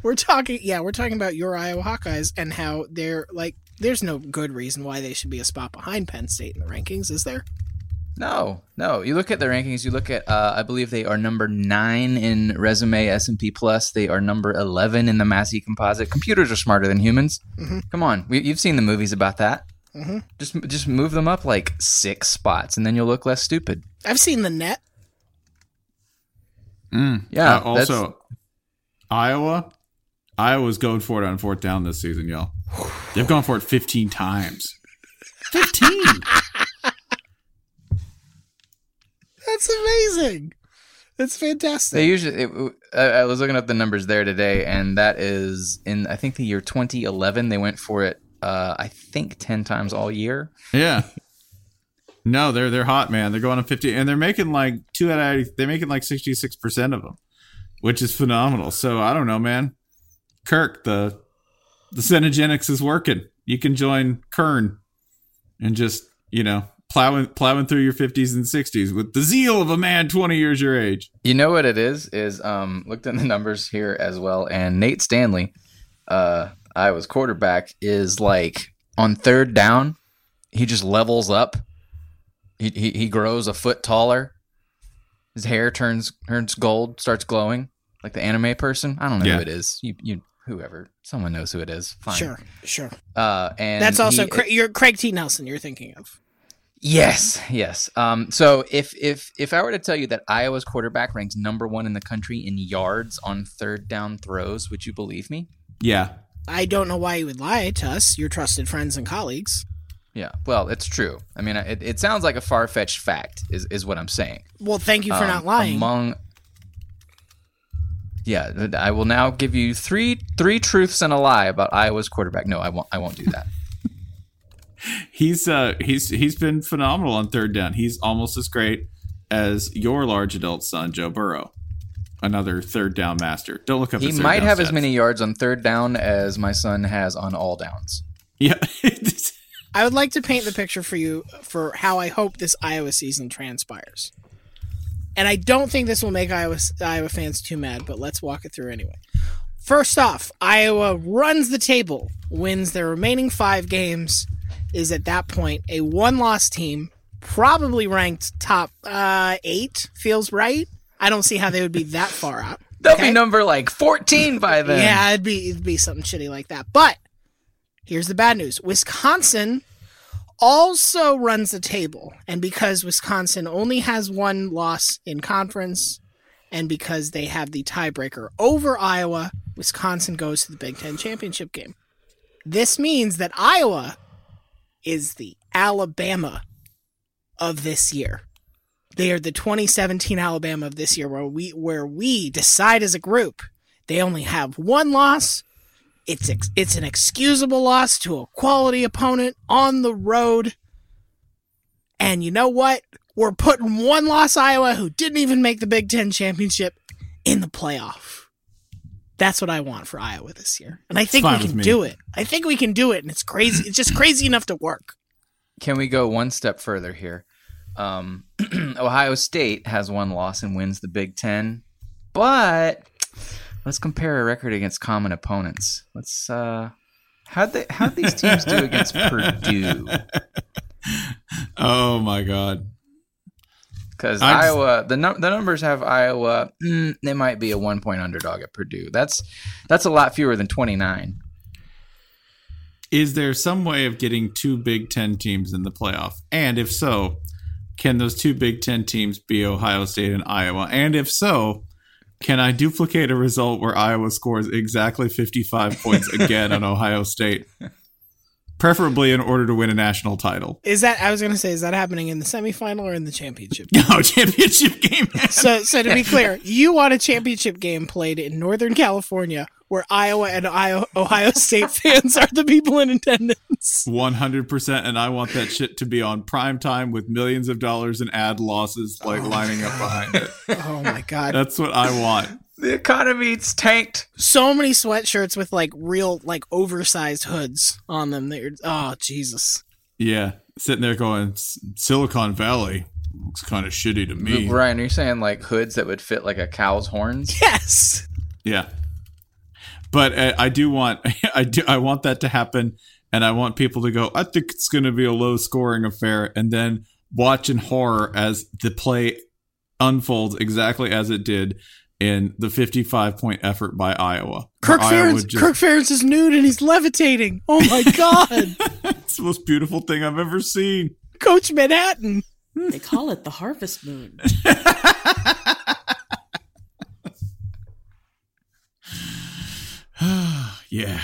We're talking, yeah, we're talking about your Iowa Hawkeyes and how they're like. There's no good reason why they should be a spot behind Penn State in the rankings, is there?
No, no. You look at the rankings. You look at. Uh, I believe they are number nine in resume S and P plus. They are number eleven in the Massey composite. Computers are smarter than humans.
Mhm.
Come on, we, you've seen the movies about that.
hmm
Just just move them up like six spots, and then you'll look less stupid.
I've seen the net.
Mm.
Yeah,
Uh, also, Iowa. Iowa's going for it on fourth down this season, y'all. They've gone for it 15 times. 15.
That's amazing. That's fantastic.
They usually. It, I, I was looking up the numbers there today, and that is in I think the year 2011. They went for it. Uh, I think ten times all year.
Yeah. No, they're they're hot, man. They're going on 50 and they're making like two out of they're making like 66% of them, which is phenomenal. So, I don't know, man. Kirk, the the Cenogenics is working. You can join Kern and just, you know, plowing plowing through your 50s and 60s with the zeal of a man 20 years your age.
You know what it is? Is um looked in the numbers here as well, and Nate Stanley, uh, Iowa's quarterback, is like on third down, he just levels up. He he, he grows a foot taller. His hair turns turns gold, starts glowing like the anime person. I don't know
Yeah.
who it is. You you whoever someone knows who it is. Fine.
Sure, sure.
Uh, and
That's also
he-
Cra- you're Craig T. Nelson you're thinking of.
Yes, yes. Um, so if if if I were to tell you that Iowa's quarterback ranks number one in the country in yards on third down throws, would you believe me?
Yeah.
I don't know why you would lie to us, your trusted friends and colleagues.
Yeah. Well, it's true. I mean, it, it sounds like a far fetched fact. Is is what I'm saying.
Well, thank you for
Um,
not lying.
Among yeah, th- I will now give you three three truths and a lie about Iowa's quarterback. No, I won't. I won't do
*laughs*
that.
He's uh he's he's been phenomenal on third down. He's almost as great as your large adult son, Joe Burrow. Another third down master. Don't look up.
he
his third
might
down
have as
stats.
many yards on third down as my son has on all downs.
Yeah. *laughs*
I would like to paint the picture for you for how I hope this Iowa season transpires. And I don't think this will make Iowa Iowa fans too mad, but let's walk it through anyway. First off, Iowa runs the table, wins their remaining 5 games, is at that point a one-loss team, probably ranked top uh, 8 feels right. I don't see how they would be that far up.
They'll be number like 14 by then.
Yeah, it'd be it'd be something shitty like that. But here's the bad news: Wisconsin also runs the table, and because Wisconsin only has one loss in conference, and because they have the tiebreaker over Iowa, Wisconsin goes to the Big Ten championship game. This means that Iowa is the Alabama of this year. They are the 2017 Alabama of this year, where we where we decide as a group they only have one loss. It's ex- it's an excusable loss to a quality opponent on the road. And you know what? We're putting one loss Iowa, who didn't even make the Big Ten championship, in the playoff. That's what I want for Iowa this year, and I think we
Fine with
can
me.
do it. I think we can do it, and it's crazy. It's just crazy enough to work.
Can we go one step further here? Um, *clears throat* Ohio State has one loss and wins the Big Ten, but let's compare a record against common opponents. Let's uh, how'd they how'd these teams do against Purdue?
Oh my god.
Because
I'm-
Iowa, the num- the numbers have Iowa. Mm, they might be a one point underdog at Purdue. That's that's a lot fewer than twenty nine.
Is there some way of getting two Big Ten teams in the playoff? And if so, can those two Big Ten teams be Ohio State and Iowa? And if so, can I duplicate a result where Iowa scores exactly 55 points again on Ohio State? Preferably in order to win a national title. *laughs*
Is that I was gonna say? Is that happening in the semifinal or in the championship?
No, championship game.
So, so to be clear, you want a championship game played in Northern California where Iowa and Io- Ohio State *laughs* fans are the people in attendance.
100%. And I want that shit to be on prime time with millions of dollars in ad losses like lining up behind it.
Oh my god,
That's what I want.
The economy's tanked.
So many sweatshirts with like real, like oversized hoods on them. That you're, oh Jesus!
Yeah, sitting there going, "S- Silicon Valley looks kind of shitty to me.
Ryan, are you saying like hoods that would fit like a cow's horns?
Yes.
Yeah, but uh, I do want, *laughs* I do, I want that to happen, and I want people to go. I think it's going to be a low scoring affair, and then watch in horror as the play unfolds exactly as it did in the 55 point effort by Iowa.
Kirk
Where Iowa
Ferentz.
just-
Kirk Ferentz is nude and he's levitating. Oh *laughs* my God!
It's the most beautiful thing I've ever seen.
Coach Manhattan.
They call it the harvest moon.
yeah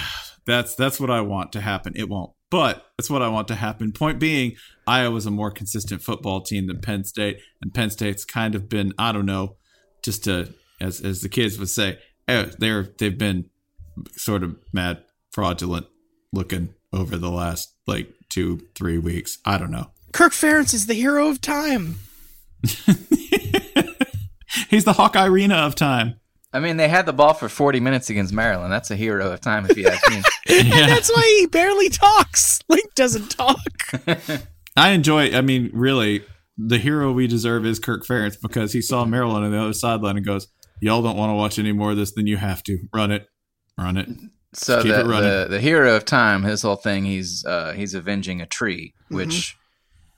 that's that's what i want to happen it won't but that's what i want to happen point being iowa's a more consistent football team than penn state and penn state's kind of been i don't know just to as as the kids would say eh, they're they've been sort of mad fraudulent looking over the last like two three weeks i don't know *laughs*
Kirk Ferentz is the hero of time.
he's the hawkeye arena of time
I mean, they had the ball for 40 minutes against Maryland. That's a hero of time, if you ask
*laughs*
me.
*laughs* And that's why he barely talks. Like doesn't talk.
I enjoy. I mean, really, the hero we deserve is Kirk Ferentz because he saw Maryland on the other sideline and goes, "Y'all don't want to watch any more of this than you have to. Run it, run it." *laughs*
So
Keep
the,
it running.
the the hero of time, his whole thing, he's uh, he's avenging a tree,
Mm-hmm.
which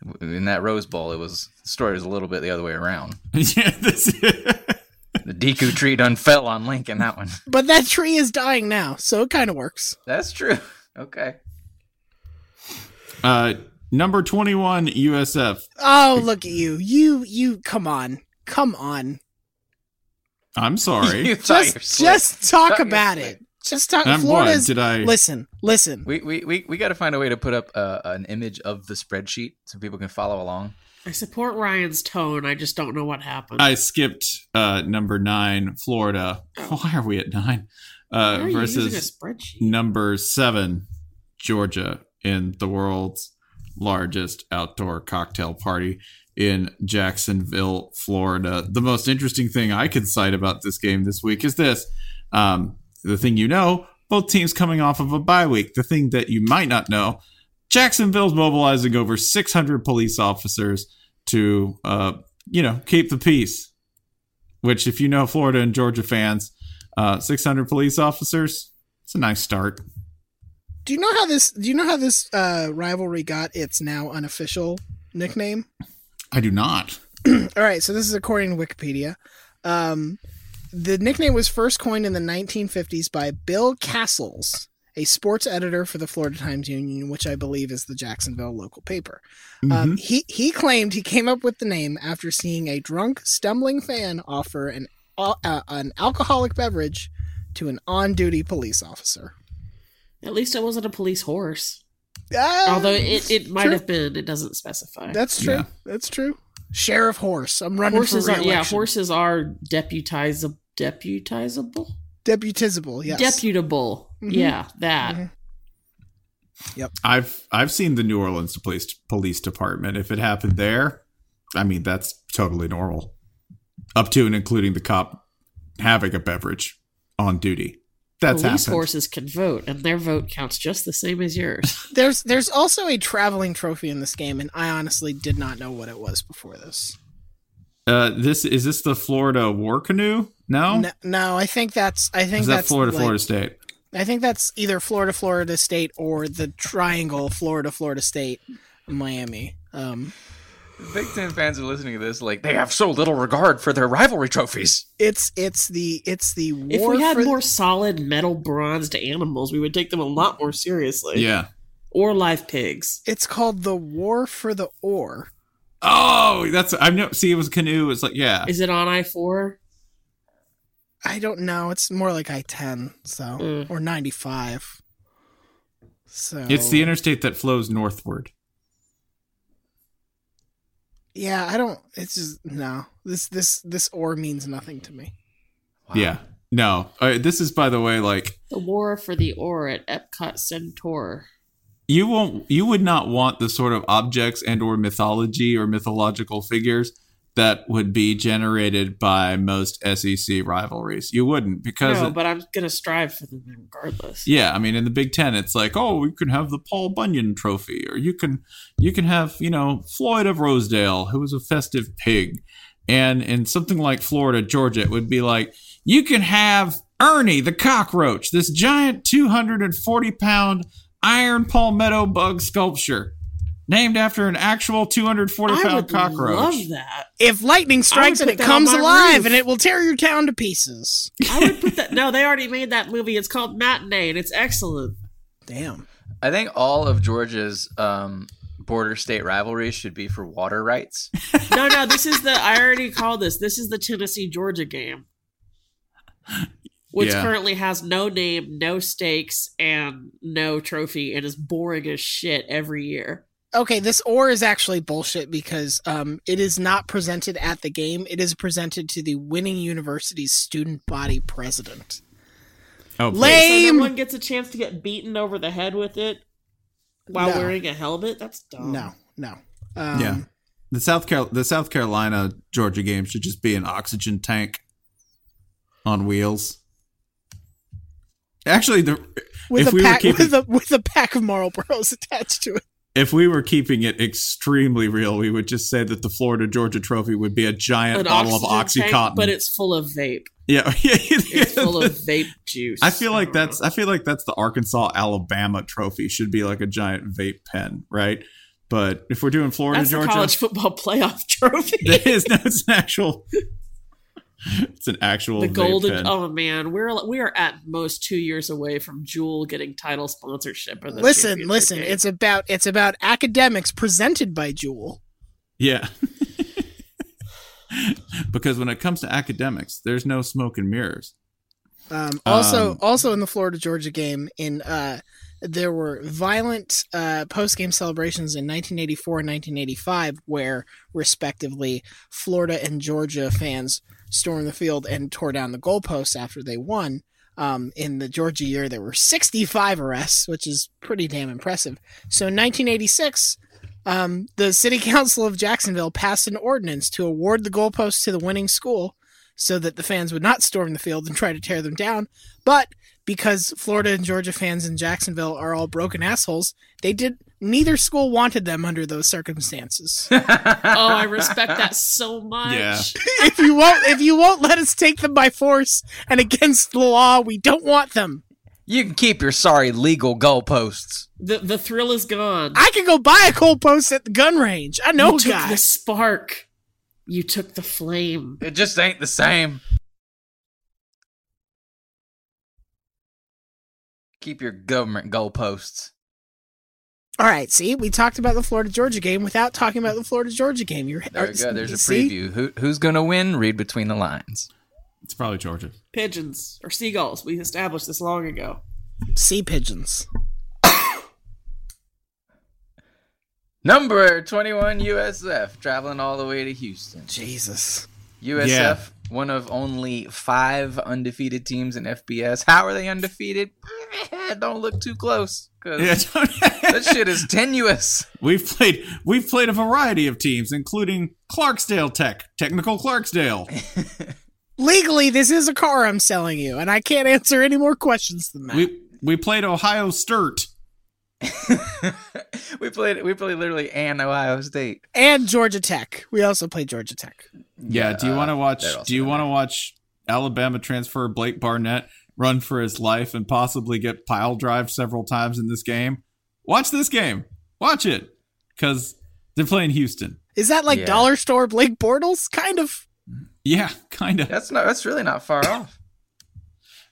w- in that Rose Bowl, it was the story was a little bit the other way around.
yeah, this.
The Deku tree done fell on Lincoln. That one.
But that tree is dying now, so it kind of works.
That's true. Okay.
*laughs* uh, number twenty-one USF.
Oh, look at you. You you come on. Come on.
I'm sorry.
*laughs*
*laughs* You thought you were
Just
slick.
just talk
Thought you were
about
slick.
it. Just talk
I'm
Florida's
what? Did I-
Listen, listen.
We we we, we got to find a way to put up uh, an image of the spreadsheet so people can follow along.
I support Ryan's tone. I just don't know what happened.
I skipped uh, number nine, Florida. Why are we at nine?
Oh. Why
Uh,
are you using a
versus
spreadsheet?
number seven, Georgia, in the world's largest outdoor cocktail party in Jacksonville, Florida. The most interesting thing I could cite about this game this week is this um, the thing you know, both teams coming off of a bye week. The thing that you might not know, Jacksonville's mobilizing over 600 police officers to, uh, you know, keep the peace. Which, if you know Florida and Georgia fans, uh, 600 police officers, it's a nice start.
Do you know how this do you know how this uh rivalry got its now unofficial nickname?
I do not.
*clears throat* All right, so this is according to Wikipedia. Um, the nickname was first coined in the 1950s by Bill Castles, a sports editor for the Florida Times Union, which I believe is the Jacksonville local paper. Um, he he claimed he came up with the name after seeing a drunk, stumbling fan offer an al- uh, an alcoholic beverage to an on-duty police officer.
At least it wasn't a police horse.
Ah,
Although it, it might
true.
have been. It doesn't specify.
that's true.
Yeah.
That's true. Sheriff Horse, I'm running
horses
for
are
re-election.
yeah, horses are deputizable deputizable?
Deputizable, yes.
Deputable. Yeah, that.
I've I've seen the New Orleans police police department. If it happened there, I mean that's totally normal, up to and including the cop having a beverage on duty. That's
Police
happened.
horses can vote, and their vote counts just the same as yours.
There's there's also a traveling trophy in this game, and I honestly did not know what it was before this.
Uh, this is this the Florida war canoe? No,
No, no I think that's I think
is that
that's
Florida
like-
Florida State?
I think that's either Florida, Florida State, or the triangle Florida, Florida State, Miami. Um,
Big Ten fans are listening to this like they have so little regard for their rivalry trophies.
it's it's the it's the
if
war.
we had
for-
more solid metal bronzed animals, we would take them a lot more seriously.
Yeah.
Or live pigs.
it's called the war for the ore.
Oh, that's I've no see it was canoe. It's like yeah,
Is it on I four?
I don't know. It's more like I ten, so
Mm.
or ninety five. So
it's the interstate that flows northward.
yeah. I don't. It's just no. This this this ore means nothing to me.
Yeah, no, uh, this is by the way like
The war for the ore at Epcot Centaur.
you won't you would not want the sort of objects and or mythology or mythological figures that would be generated by most SEC rivalries. You wouldn't because
No,
it-
but I'm gonna strive for them regardless.
yeah, I mean in the Big 10 it's like, "Oh, you can have the Paul Bunyan trophy or you can you can have, you know, Floyd of Rosedale who was a festive pig." And in something like Florida, Georgia, it would be like, "You can have Ernie the cockroach, this giant 240-pound iron palmetto bug sculpture." Named after an actual 240 pound cockroach.
that.
If lightning strikes
would
and
put
it
that on
comes
my
alive
roof.
and it will tear your town to pieces.
That- no, they already made that movie. It's called Matinee, and it's excellent.
Damn.
I think all of Georgia's um, border state rivalries should be for water rights.
No, no, this is the. I already called this. This is the Tennessee Georgia game, which
Yeah.
currently has no name, no stakes, and no trophy, and is boring as shit every year.
Okay, this or is actually bullshit because um, it is not presented at the game. It is presented to the winning university's student body president.
Oh,
Lame.
So no one gets a chance to get beaten over the head with it while
No.
wearing a helmet. That's dumb.
No, no. Um,
yeah. The South Carol- the South Carolina Georgia game should just be an oxygen tank on wheels. Actually, the
With
if
a
we
pack
were keeping
with a with a pack of Marlboros *laughs* attached to it.
if we were keeping it extremely real, we would just say that the Florida Georgia Trophy would be a giant
An
bottle of
oxygen
OxyContin.
tank, but it's full of vape.
yeah, *laughs*
It's
yeah.
full of vape juice.
I feel like that's I feel like that's the Arkansas Alabama Trophy should be like a giant vape pen, right? But if we're doing Florida
That's the
Georgia,
college football playoff *laughs* trophy.
*laughs* It is. No, it's an actual. It's an actual.
the
vape
golden.
pen.
Oh man, we're we are at most two years away from Jewel getting title sponsorship. Or the
Listen,
championship
listen.
game.
It's about it's about academics presented by Jewel.
Yeah. *laughs* because when it comes to academics, there's no smoke and mirrors.
Um, also,
Um,
also in the Florida Georgia game, in uh, there were violent uh, post game celebrations in 1984 and 1985, where respectively Florida and Georgia fans stormed the field and tore down the goalposts after they won. Um, in the Georgia year, there were 65 arrests, which is pretty damn impressive. So, in 1986, um, the City *laughs* Council of Jacksonville passed an ordinance to award the goalposts to the winning school so that the fans would not storm the field and try to tear them down. But because Florida and Georgia fans in Jacksonville are all broken assholes, they did neither school wanted them under
*laughs*
those circumstances.
oh, I respect that so much.
Yeah.
if you won't if you won't let us take them by force and against the law, we don't want them.
*laughs* You can keep your sorry legal goalposts.
The the thrill is gone.
I can go buy a goalpost at the gun range. I
Oh,
know
you took
guys.
the spark. You took the flame.
It just ain't the same. Keep your government goalposts.
All right, see, we talked about the Florida Georgia game without talking about the Florida Georgia game. You're
There we go. There's a
see?
preview. Who, who's going to win? Read between the lines.
It's probably Georgia.
Pigeons or seagulls. We established this long ago.
Sea pigeons.
Number 21 USF, traveling all the way to Houston.
Jesus.
USF,
Yeah.
one of only five undefeated teams in FBS. How are they undefeated? *laughs* Don't look too close because
Yeah,
*laughs* that shit is tenuous. *laughs*
we've played we've played a variety of teams, including Clarksdale Tech, Technical Clarksdale.
legally this is a car i'm selling you and i can't answer any more questions than that
we we played Ohio Sturt.
we played we played literally and Ohio State.
and georgia tech we also play georgia tech
Yeah. do you want to watch?
they're also
Do you want to watch Alabama transfer Blake Barnett run for his life and possibly get pile drive several times in this game? Watch this game. Watch it because they're playing Houston.
is that like
Yeah.
dollar store blake bortles kind of
Yeah, *laughs* kind of.
That's not that's really not
*laughs*
far off.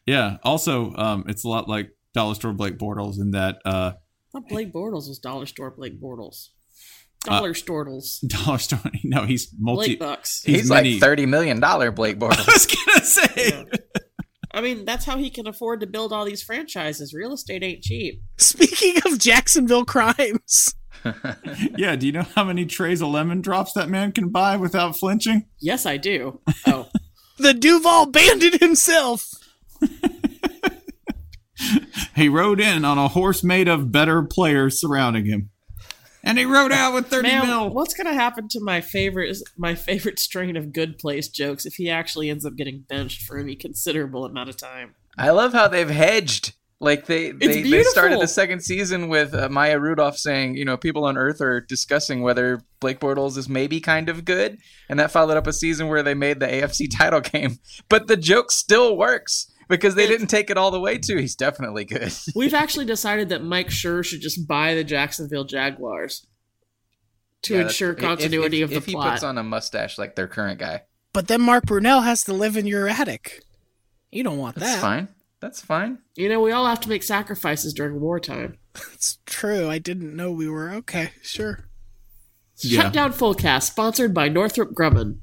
Yeah. Also, um, it's a lot like Dollar Store Blake Bortles in that uh, *laughs*
I thought Blake Bortles was dollar store Blake Bortles. Dollar stortles.
Dollar Store. No, he's multi.
Blake Bucks.
He's
He's, like
mini.
thirty million dollar Blake
I
Bortles.
was gonna say.
I mean, that's how he can afford to build all these franchises. Real estate ain't cheap.
speaking of jacksonville crimes
Yeah. Do you know how many trays of lemon drops that man can buy without flinching?
Yes, I do. Oh,
the duval bandit himself
He rode in on a horse made of better players surrounding him. And he rode out with 30
Ma'am,
mil.
What's gonna happen to my favorite my favorite strain of good place jokes if he actually ends up getting benched for any considerable amount of time?
I love how they've hedged. Like they they, they
beautiful.
started the second season with uh, Maya Rudolph saying, you know, people on Earth are discussing whether Blake Bortles is maybe kind of good, and that followed up a season where they made the AFC *laughs* title game. But the joke still works because they didn't take it all the way to he's definitely good. *laughs*
We've actually decided that Mike Schur should just buy the Jacksonville Jaguars to
Yeah,
ensure
that's- if- if-
continuity
if,
of the
if he
plot.
puts on a mustache like their current guy,
But then Mark Brunell has to live in your attic. You don't want
that's
that.
fine. That's fine.
you know, we all have to make sacrifices during wartime.
It's true. I didn't know we were okay. Sure.
Yeah.
Shut down full cast, sponsored by Northrop Grumman.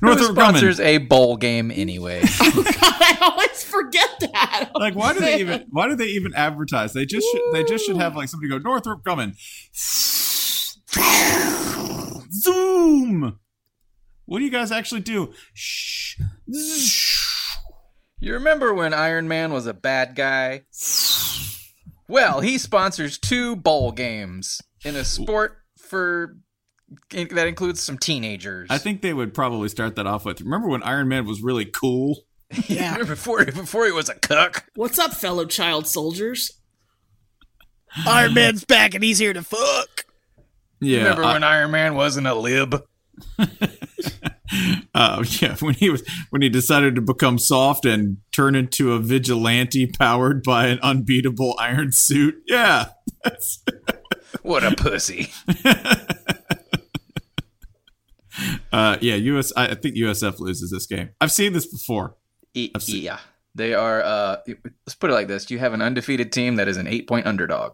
Who
Northrop
sponsors *laughs*
Grumman.
a bowl game anyway?
I always forget that.
Like why do they even why do they even advertise? They just should, they just should have like somebody go Northrop Grumman. Zoom. What do you guys actually do? Shh.
You remember when Iron Man was a bad guy? Well, he sponsors two bowl games in a sport for that includes some teenagers.
I think they would probably start that off with. Remember when Iron Man was really cool?
Yeah.
*laughs* before before he was a cuck.
What's up, fellow child soldiers?
Iron Man's back and he's here to fuck.
Yeah.
remember
I-
when Iron Man wasn't a lib?
Uh, *laughs* yeah, when he was when he decided to become soft and turn into a vigilante powered by an unbeatable iron suit. Yeah, That's-
What a pussy!
uh, yeah. US, I I think USF loses this game. I've seen this before.
E-
*laughs* I've seen-
yeah, they are. Uh, let's put it like this: you have an undefeated team that is an eight-point underdog.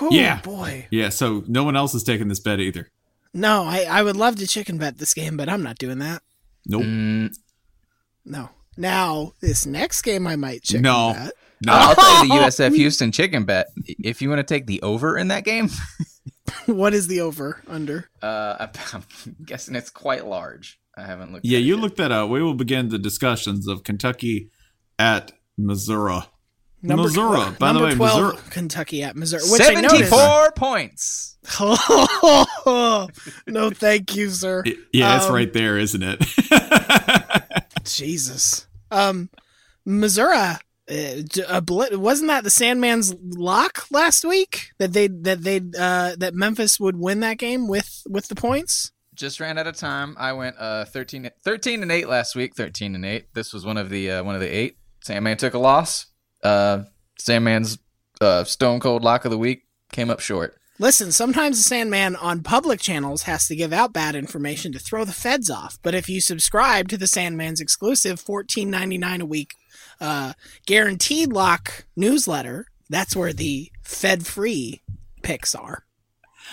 Oh
Yeah.
boy.
Yeah, so no one else is taking this bet either.
No, I, I would love to chicken bet this game, but I'm not doing that.
Nope.
Mm,
No. Now this next game I might chicken
No.
bet. *laughs*
No.
I'll tell you
*laughs*
the USF Houston chicken bet. If you want to take the over in that game, *laughs*
what is the over under?
uh, *laughs* I'm guessing it's quite large. I haven't looked.
yeah,
at it
you
yet.
look that up. We will begin the discussions of Kentucky at Missouri. Missouri.
tw-
By the
number
way,
12,
Missouri-
Kentucky at Missouri. Which I noticed.
74 points.
Oh, *laughs* no, thank you, sir.
Y- Yeah, it's
Um,
right there, isn't it? *laughs*
Jesus. Um, Missouri. Uh, d- obli- wasn't that the Sandman's lock last week that they that they uh, that Memphis would win that game with with the points?
Just ran out of time. I went uh 13, 13 and 8 last week, 13 and 8. This was one of the uh, one of the 8. Sandman took a loss. Uh Sandman's uh stone cold lock of the week came up short.
Listen, sometimes the Sandman on public channels has to give out bad information to throw the feds off. But if you subscribe to the Sandman's exclusive fourteen ninety nine a week uh, guaranteed lock newsletter, that's where the Fed free picks are.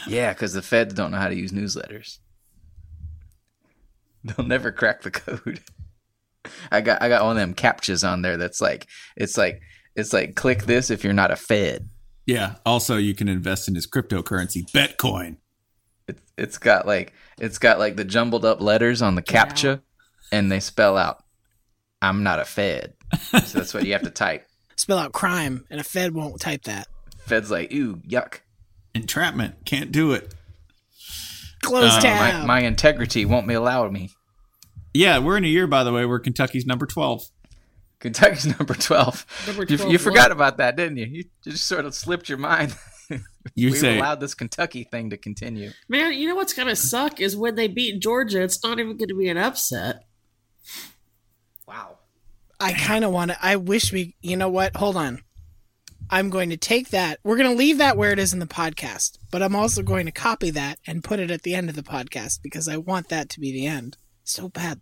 Yeah, cuz the feds don't know how to use newsletters. *laughs* They'll never crack the code. I got I got one of them captchas on there that's like it's like it's like click this if you're not a fed.
yeah. Also, you can invest in his cryptocurrency, Bitcoin.
It's it's got like it's got like the jumbled up letters on the captcha, and they spell out, "I'm not a Fed." so that's what you have to type. *laughs*
Spell out crime, and a Fed won't type that.
Fed's like, "Ooh, yuck!
Entrapment. Can't do it.
Close tab.
Uh, My, my integrity won't be allowed me."
Yeah, we're in a year, by the way, where Kentucky's number 12.
Kentucky's *laughs* number twelve.
Number
You- you,
12,
forgot about that, didn't you? You just sort of slipped your mind. *laughs*
You
We've
say,
allowed this Kentucky thing to continue.
Man, you know what's gonna suck is when they beat Georgia. It's not even gonna be an upset.
Wow.
I kind of want to. I wish we. You know what? Hold on. I'm going to take that. We're going to leave that where it is in the podcast, but I'm also going to copy that and put it at the end of the podcast because I want that to be the end. So bad.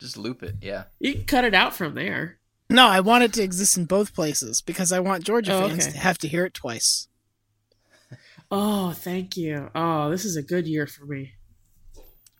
Just loop it. Yeah.
You can cut it out from there.
No, I want it to exist in both places because I want Georgia
Oh,
fans
okay.
to have to hear it twice.
Oh, thank you. Oh, this is a good year for me.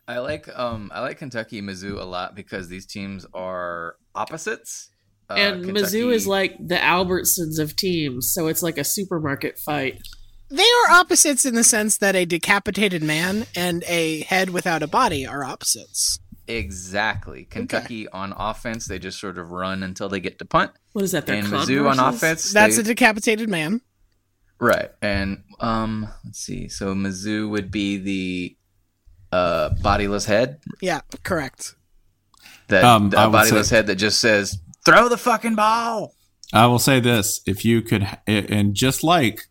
I like um I like Kentucky and Mizzou a lot because these teams are opposites. Uh,
and Mizzou is
Kentucky-
like the Albertsons of teams, so it's like a supermarket fight.
They are opposites in the sense that a decapitated man and a head without a body are opposites.
Exactly. Kentucky on offense, they just sort of run until they get to punt.
What is that? Their
and
Converses?
Mizzou on offense,
That's
they,
a decapitated man.
Right. And um let's see. So Mizzou would be the uh bodiless head.
Yeah, correct.
That
Um, I
that
would
bodiless
say-
head that just says, Throw the fucking ball.
I will say this: if you could, ha- and just like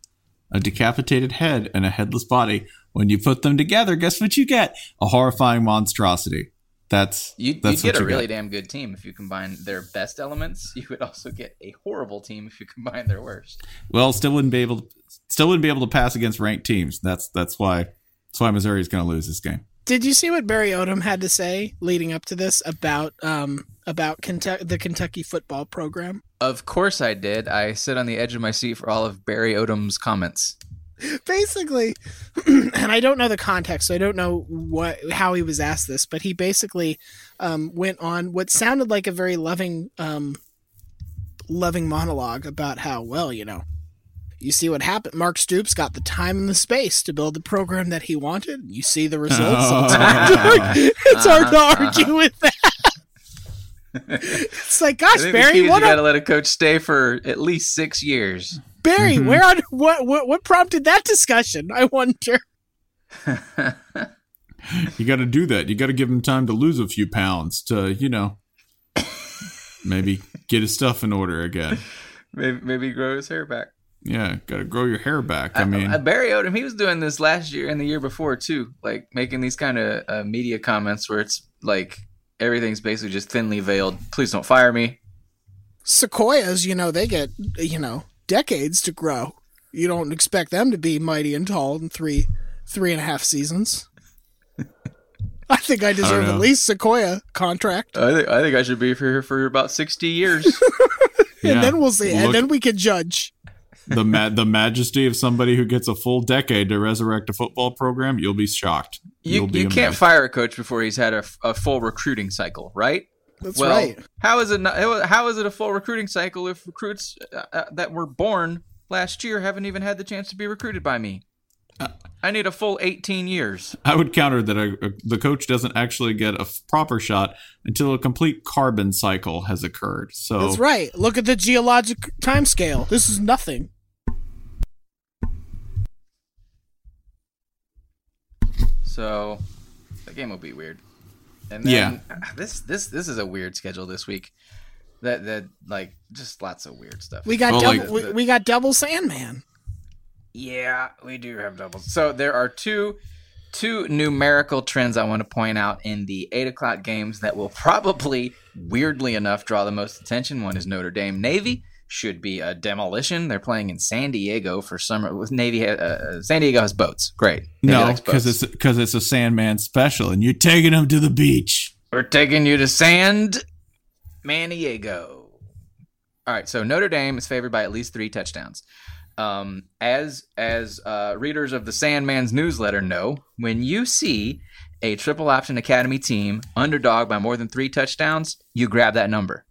a decapitated head and a headless body, when you put them together, guess what you get? A horrifying monstrosity. That's
You'd,
that's
you'd get
what
a
you
really damn good team if you combine their best elements. *laughs* You would also get a horrible team if you combine their worst.
Well, still wouldn't be able, still wouldn't be able to pass against ranked teams. That's that's why that's why Missouri is going to lose this game.
Did you see what Barry Odom had to say leading up to this about um about Kentucky, the Kentucky football program?
Of course I did. I sit on the edge of my seat for all of Barry Odom's comments.
basically *clears throat* and i don't know the context so i don't know what how he was asked this but he basically um, went on what sounded like a very loving um, loving monologue about how well you know you see what happened mark stoops got the time and the space to build the program that he wanted you see the results sometimes. *laughs* it's hard to
Uh-huh.
argue with that it's like gosh
I think the key
barry
is
what
you
a
got to let a coach stay for at least six years.
barry where on what, what what prompted that discussion i wonder
You got to do that. You got to give him time to lose a few pounds to you know maybe get his stuff in order again.
Maybe, maybe grow his hair back.
Yeah, got to grow your hair back. I, mean,
Uh, Barry Odom, he was doing this last year and the year before too, like making these kind of uh, media comments where it's like everything's basically just thinly veiled. Please don't fire me.
sequoias, you know, they get, you know, decades to grow. You don't expect them to be mighty and tall in three, three and a half seasons. *laughs* I think I deserve
know. Uh,
at least Sequoia contract,
I think I think I should be here for about sixty years.
yeah.
and then we'll see,
Look-
and then we can judge.
the ma- the majesty of somebody who gets a full decade to resurrect a football program, you'll be shocked.
*laughs* you
will be
you
amazed.
can't fire a coach before he's had a, f- a full recruiting cycle, right?
That's
well,
right.
How is it? Not, how is it a full recruiting cycle if recruits uh, uh, that were born last year haven't even had the chance to be recruited by me?
Uh,
I need a full eighteen years.
I would counter that a, a- the coach doesn't actually get a f- proper shot until a complete carbon cycle has occurred. So
That's right. Look at the geologic time scale. This is nothing.
So the game will be weird. And
Yeah.
then, ah, this this this is a weird schedule this week. That that like just lots of weird stuff.
We got double, we, we got double Sandman.
yeah, we do have doubles. So there are two two numerical trends I want to point out in the eight o'clock games that will probably weirdly enough draw the most attention. One is Notre Dame Navy should be a demolition. They're playing in San Diego for summer. With Navy, uh, uh, San Diego has boats. Great. Navy
no,
likes
because
boats.
it's because it's a Sandman special, and you're taking him to the beach.
We're taking you to Sand Maniego. All right, so Notre Dame is favored by at least three touchdowns. Um, as as uh, readers of the Sandman's newsletter know, when you see a triple option academy team underdog by more than three touchdowns, you grab that number.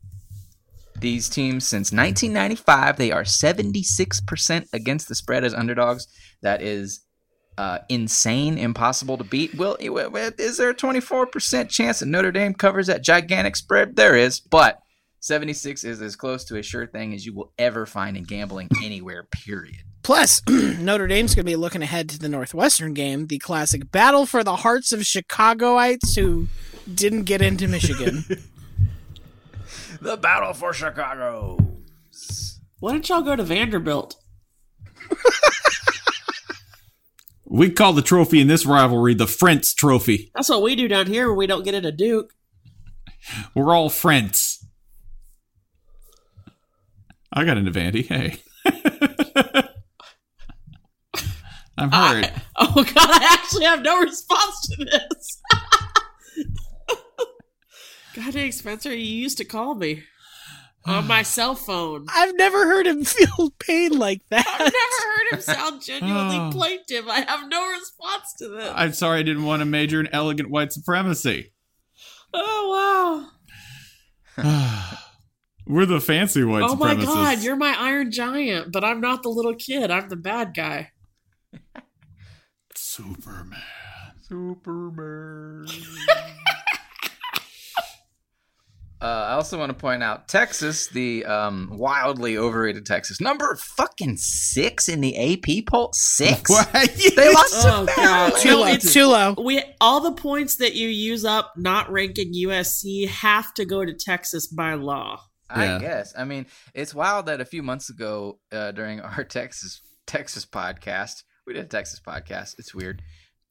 These teams, since 1995, they are 76% against the spread as underdogs. That is uh, insane, impossible to beat. Will is there a twenty four percent chance that Notre Dame covers that gigantic spread? There is, but seventy six is as close to a sure thing as you will ever find in *laughs* gambling anywhere. Period.
Plus, *clears throat* Notre Dame's going to be looking ahead to the Northwestern game, the classic battle for the hearts of Chicagoites who didn't get into Michigan.
The battle for Chicago.
Why didn't y'all go to Vanderbilt?
We call the trophy in this rivalry the French Trophy.
That's what we do down here when we don't get into Duke. *laughs*
We're all friends. I got into Vandy. Hey, *laughs* I'm hurt.
Oh god, I actually have no response to this. *laughs* god dang, Spencer, you used to call me on *sighs* my cell phone.
I've never heard him *laughs* feel pain like that.
I've never heard him *sighs* sound genuinely
Oh.
plaintive. I have no response to this.
I'm sorry I didn't want to major in elegant white supremacy.
oh
We're the fancy white
wow. oh my
supremacists.
god, you're my iron giant, but I'm not the little kid. I'm the bad guy.
Superman. *laughs*
Superman. Uh, I also want to point out Texas, the um, wildly overrated Texas, number fucking six in the AP poll.
*laughs*
Six. They lost to
*laughs*
Oh, God.
Maryland.
Too low. It's too low.
We all the points that you use up not ranking USC have to go to Texas by law.
I
Yeah.
guess. I mean, it's wild that a few months ago uh, during *laughs* our Texas Texas podcast, we did a Texas podcast. It's weird.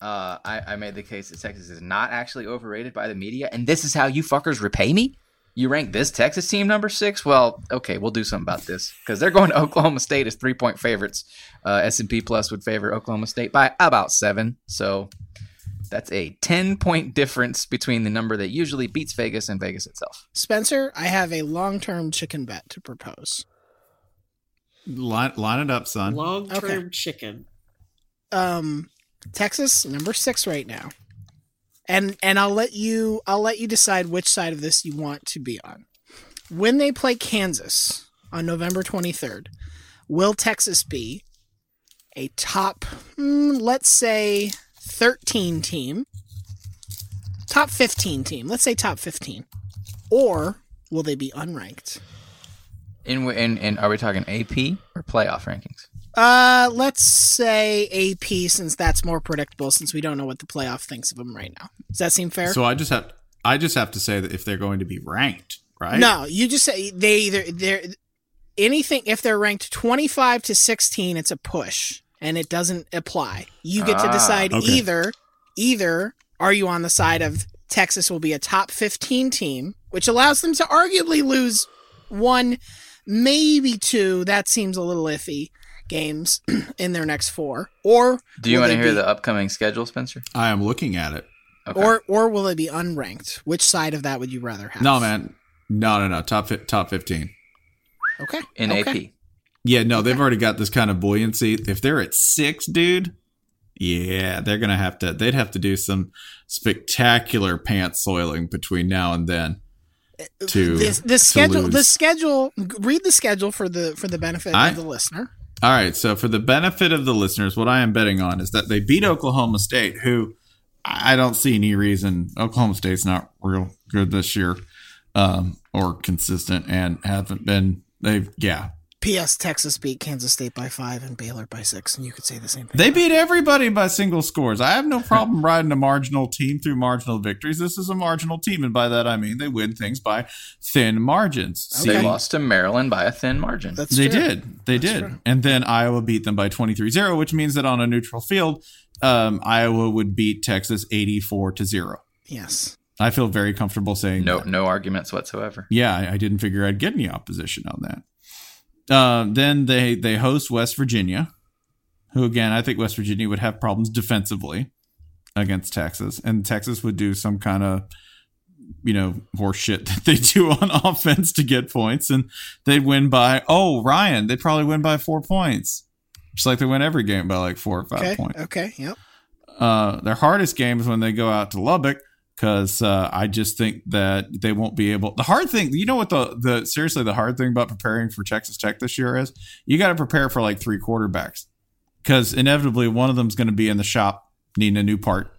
Uh, I, I made the case that Texas is not actually overrated by the media, and this is how you fuckers repay me. You rank this Texas team number six. Well, okay, we'll do something about this because they're going to *laughs* Oklahoma State as three point favorites. Uh, S and P Plus would favor Oklahoma State by about seven, so that's a ten point difference between the number that usually beats Vegas and Vegas itself.
Spencer, I have a long term chicken bet to propose.
Line, line it up, son.
Long term
Okay.
chicken.
Um Texas, number six right now. And and I'll let you I'll let you decide which side of this you want to be on. When they play Kansas on November twenty third, will Texas be a top mm, let's say thirteen team? Top fifteen team. Let's say top fifteen. Or will they be unranked?
In in in are we talking AP or playoff rankings?
Uh, let's say AP since that's more predictable since we don't know what the playoff thinks of them right now. Does that seem fair?
So I just have I just have to say that if they're going to be ranked, right?
No, you just say they either they're anything if they're ranked 25 to 16, it's a push and it doesn't apply. You get to
Ah,
decide
okay.
either either are you on the side of Texas will be a top 15 team, which allows them to arguably lose one maybe two, that seems a little iffy games *clears throat* in their next four. Or
Do you
will
want to
they
hear
be-
the upcoming schedule, Spencer?
I am looking at it.
Okay.
Or or will it be unranked? Which side of that would you rather have?
No, man. No, no, no. Top fi- top fifteen.
Okay.
in
okay.
AP.
Yeah, no, they've already got this kind of buoyancy. If they're at six, dude, yeah, they're gonna have to. They'd have to do some spectacular pants soiling between now and then. To
This Uh, the
to
schedule the
lose.
schedule read the schedule for the for the benefit
I-
of the listener.
All right. So, for the benefit of the listeners, what I am betting on is that they beat Oklahoma State, who I I don't see any reason. Oklahoma State's not real good this year um, or consistent and haven't been. They've, yeah.
PS Texas beat Kansas State by 5 and Baylor by 6 and you could say the same thing.
They beat everybody by single scores. I have no
*laughs*
problem riding a marginal team through marginal victories. This is a marginal team. And by that, I mean they win things by thin margins.
They
See,
lost to Maryland by a thin margin.
That's
They
true.
did. They did. And then Iowa beat them by 23-0, which means that on a neutral field, um, Iowa would beat Texas 84 to 0.
Yes.
I feel very comfortable saying
no
that.
no arguments whatsoever.
Yeah, I, I didn't figure I'd get any opposition on that. Uh, then they they host West Virginia, who again I think West Virginia would have problems defensively against Texas, and Texas would do some kind of you know horse shit *laughs* that they do on offense to get points, and they'd win by oh Ryan they'd probably win by four points, just like they win every game by like four or five
Okay.
points.
Okay. Yep.
Uh, their hardest game is when they go out to Lubbock because uh, I just think that they won't be able. The hard thing, you know what the the seriously the hard thing about preparing for Texas Tech this year is you got to prepare for like three quarterbacks because inevitably one of them's going to be in the shop needing a new part,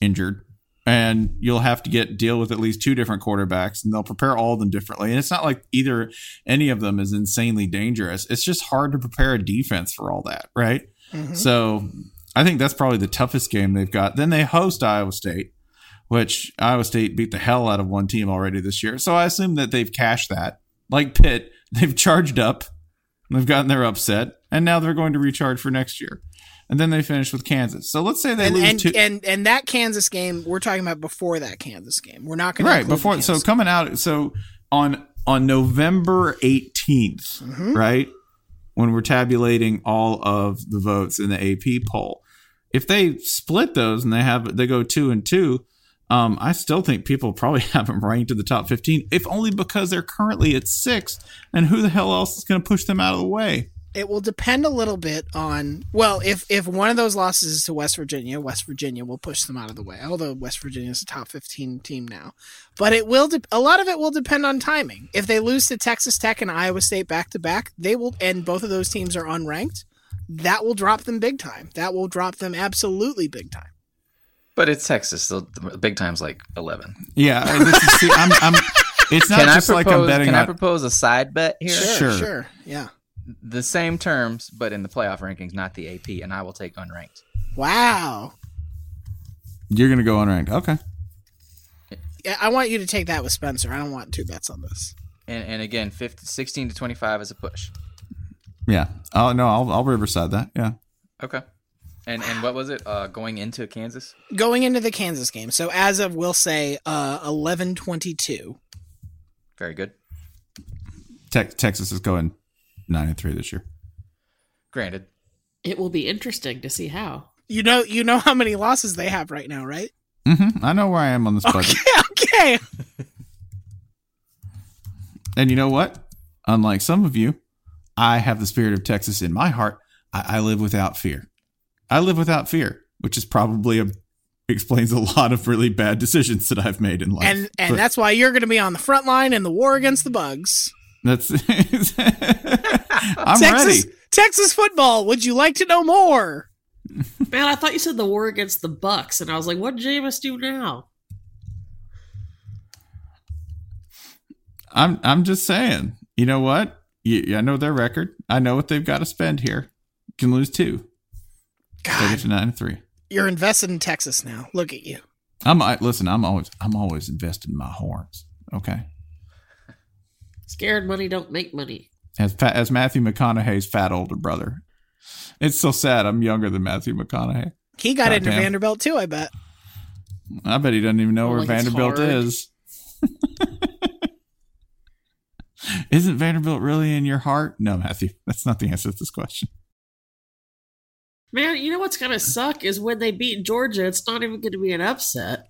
injured. And you'll have to get deal with at least two different quarterbacks, and they'll prepare all of them differently. And it's not like either any of them is insanely dangerous. It's just hard to prepare a defense for all that, right?
Mm-hmm.
So I think that's probably the toughest game they've got. Then they host Iowa State, which Iowa State beat the hell out of one team already this year. So I assume that they've cashed that. Like Pitt, *laughs* they've charged up, they've gotten their upset, and now they're going to recharge for next year. And then they finish with Kansas. So let's say they
And
lose
and,
two.
and and that Kansas game we're talking about before that Kansas game. We're not going to
right before so coming out so on on november 18th
Mm-hmm.
right when we're tabulating all of the votes in the ap poll if they split those and they have they go two and two um, I still think people probably *laughs* have them ranked in the top 15, if only because they're currently at six, and who the hell else is going to push them out of the way?
it will depend a little bit on well if if one of those losses is to west virginia west virginia will push them out of the way although west virginia is a top 15 team now but it will de- a lot of it will depend on timing if they lose to texas tech and iowa state back to back they will and both of those teams are unranked that will drop them big time that will drop them absolutely big time
But it's Texas. The, the big time's like eleven.
*laughs* Yeah, this is, see, I'm, I'm, It's not
Can I
just like I'm
propose-
betting
Can I
on-
propose a side bet here?
Sure, Sure. sure.
Yeah.
The same terms, but in the playoff rankings, not the AP, and I will take unranked.
Wow.
You're gonna go unranked. Okay.
Yeah, I want you to take that with Spencer. I don't want two bets on this.
And, and again, 50, 16 to 25 is a push.
Yeah. Oh no, I'll I'll Riverside that. Yeah.
Okay. And and what was it? Uh, going into Kansas?
Going into the Kansas game. So as of we'll say uh 11:22.
Very good.
Tex Texas is going nine and three this year.
Granted.
It will be interesting to see how.
You know you know how many losses they have right now, right? *laughs*
Mm-hmm. I know where I am on this budget.
Okay.
And you know what? Unlike some of you, I have the spirit of Texas in my heart. I, I live without fear. I live without fear, which is probably a explains a lot of really bad decisions that I've made in life.
And and
But
that's why you're going to be on the front line in the war against the bugs.
that's *laughs* I'm
Texas
ready.
Texas football. Would you like to know more?
Man, I thought you said the war against the Bucks, and I was like, what did Jameis do now?
I'm I'm just saying. You know what? You, you- I know their record. I know what they've got to spend here. Can lose two. Take it to nine and three.
You're invested in Texas now. Look at you.
I'm I, listen. I'm always I'm always invested in my horns. Okay.
Scared money don't make money.
as fa- as Matthew McConaughey's fat older brother. It's so sad. I'm younger than Matthew McConaughey.
He got into
Goddamn.
Vanderbilt too, I bet.
I bet he doesn't even know
Oh,
where
like it's
Vanderbilt
hard.
is. *laughs* Isn't Vanderbilt really in your heart? No, Matthew. That's not the answer to this question.
Man, you know what's going to suck is when they beat Georgia, it's not even going to be an upset.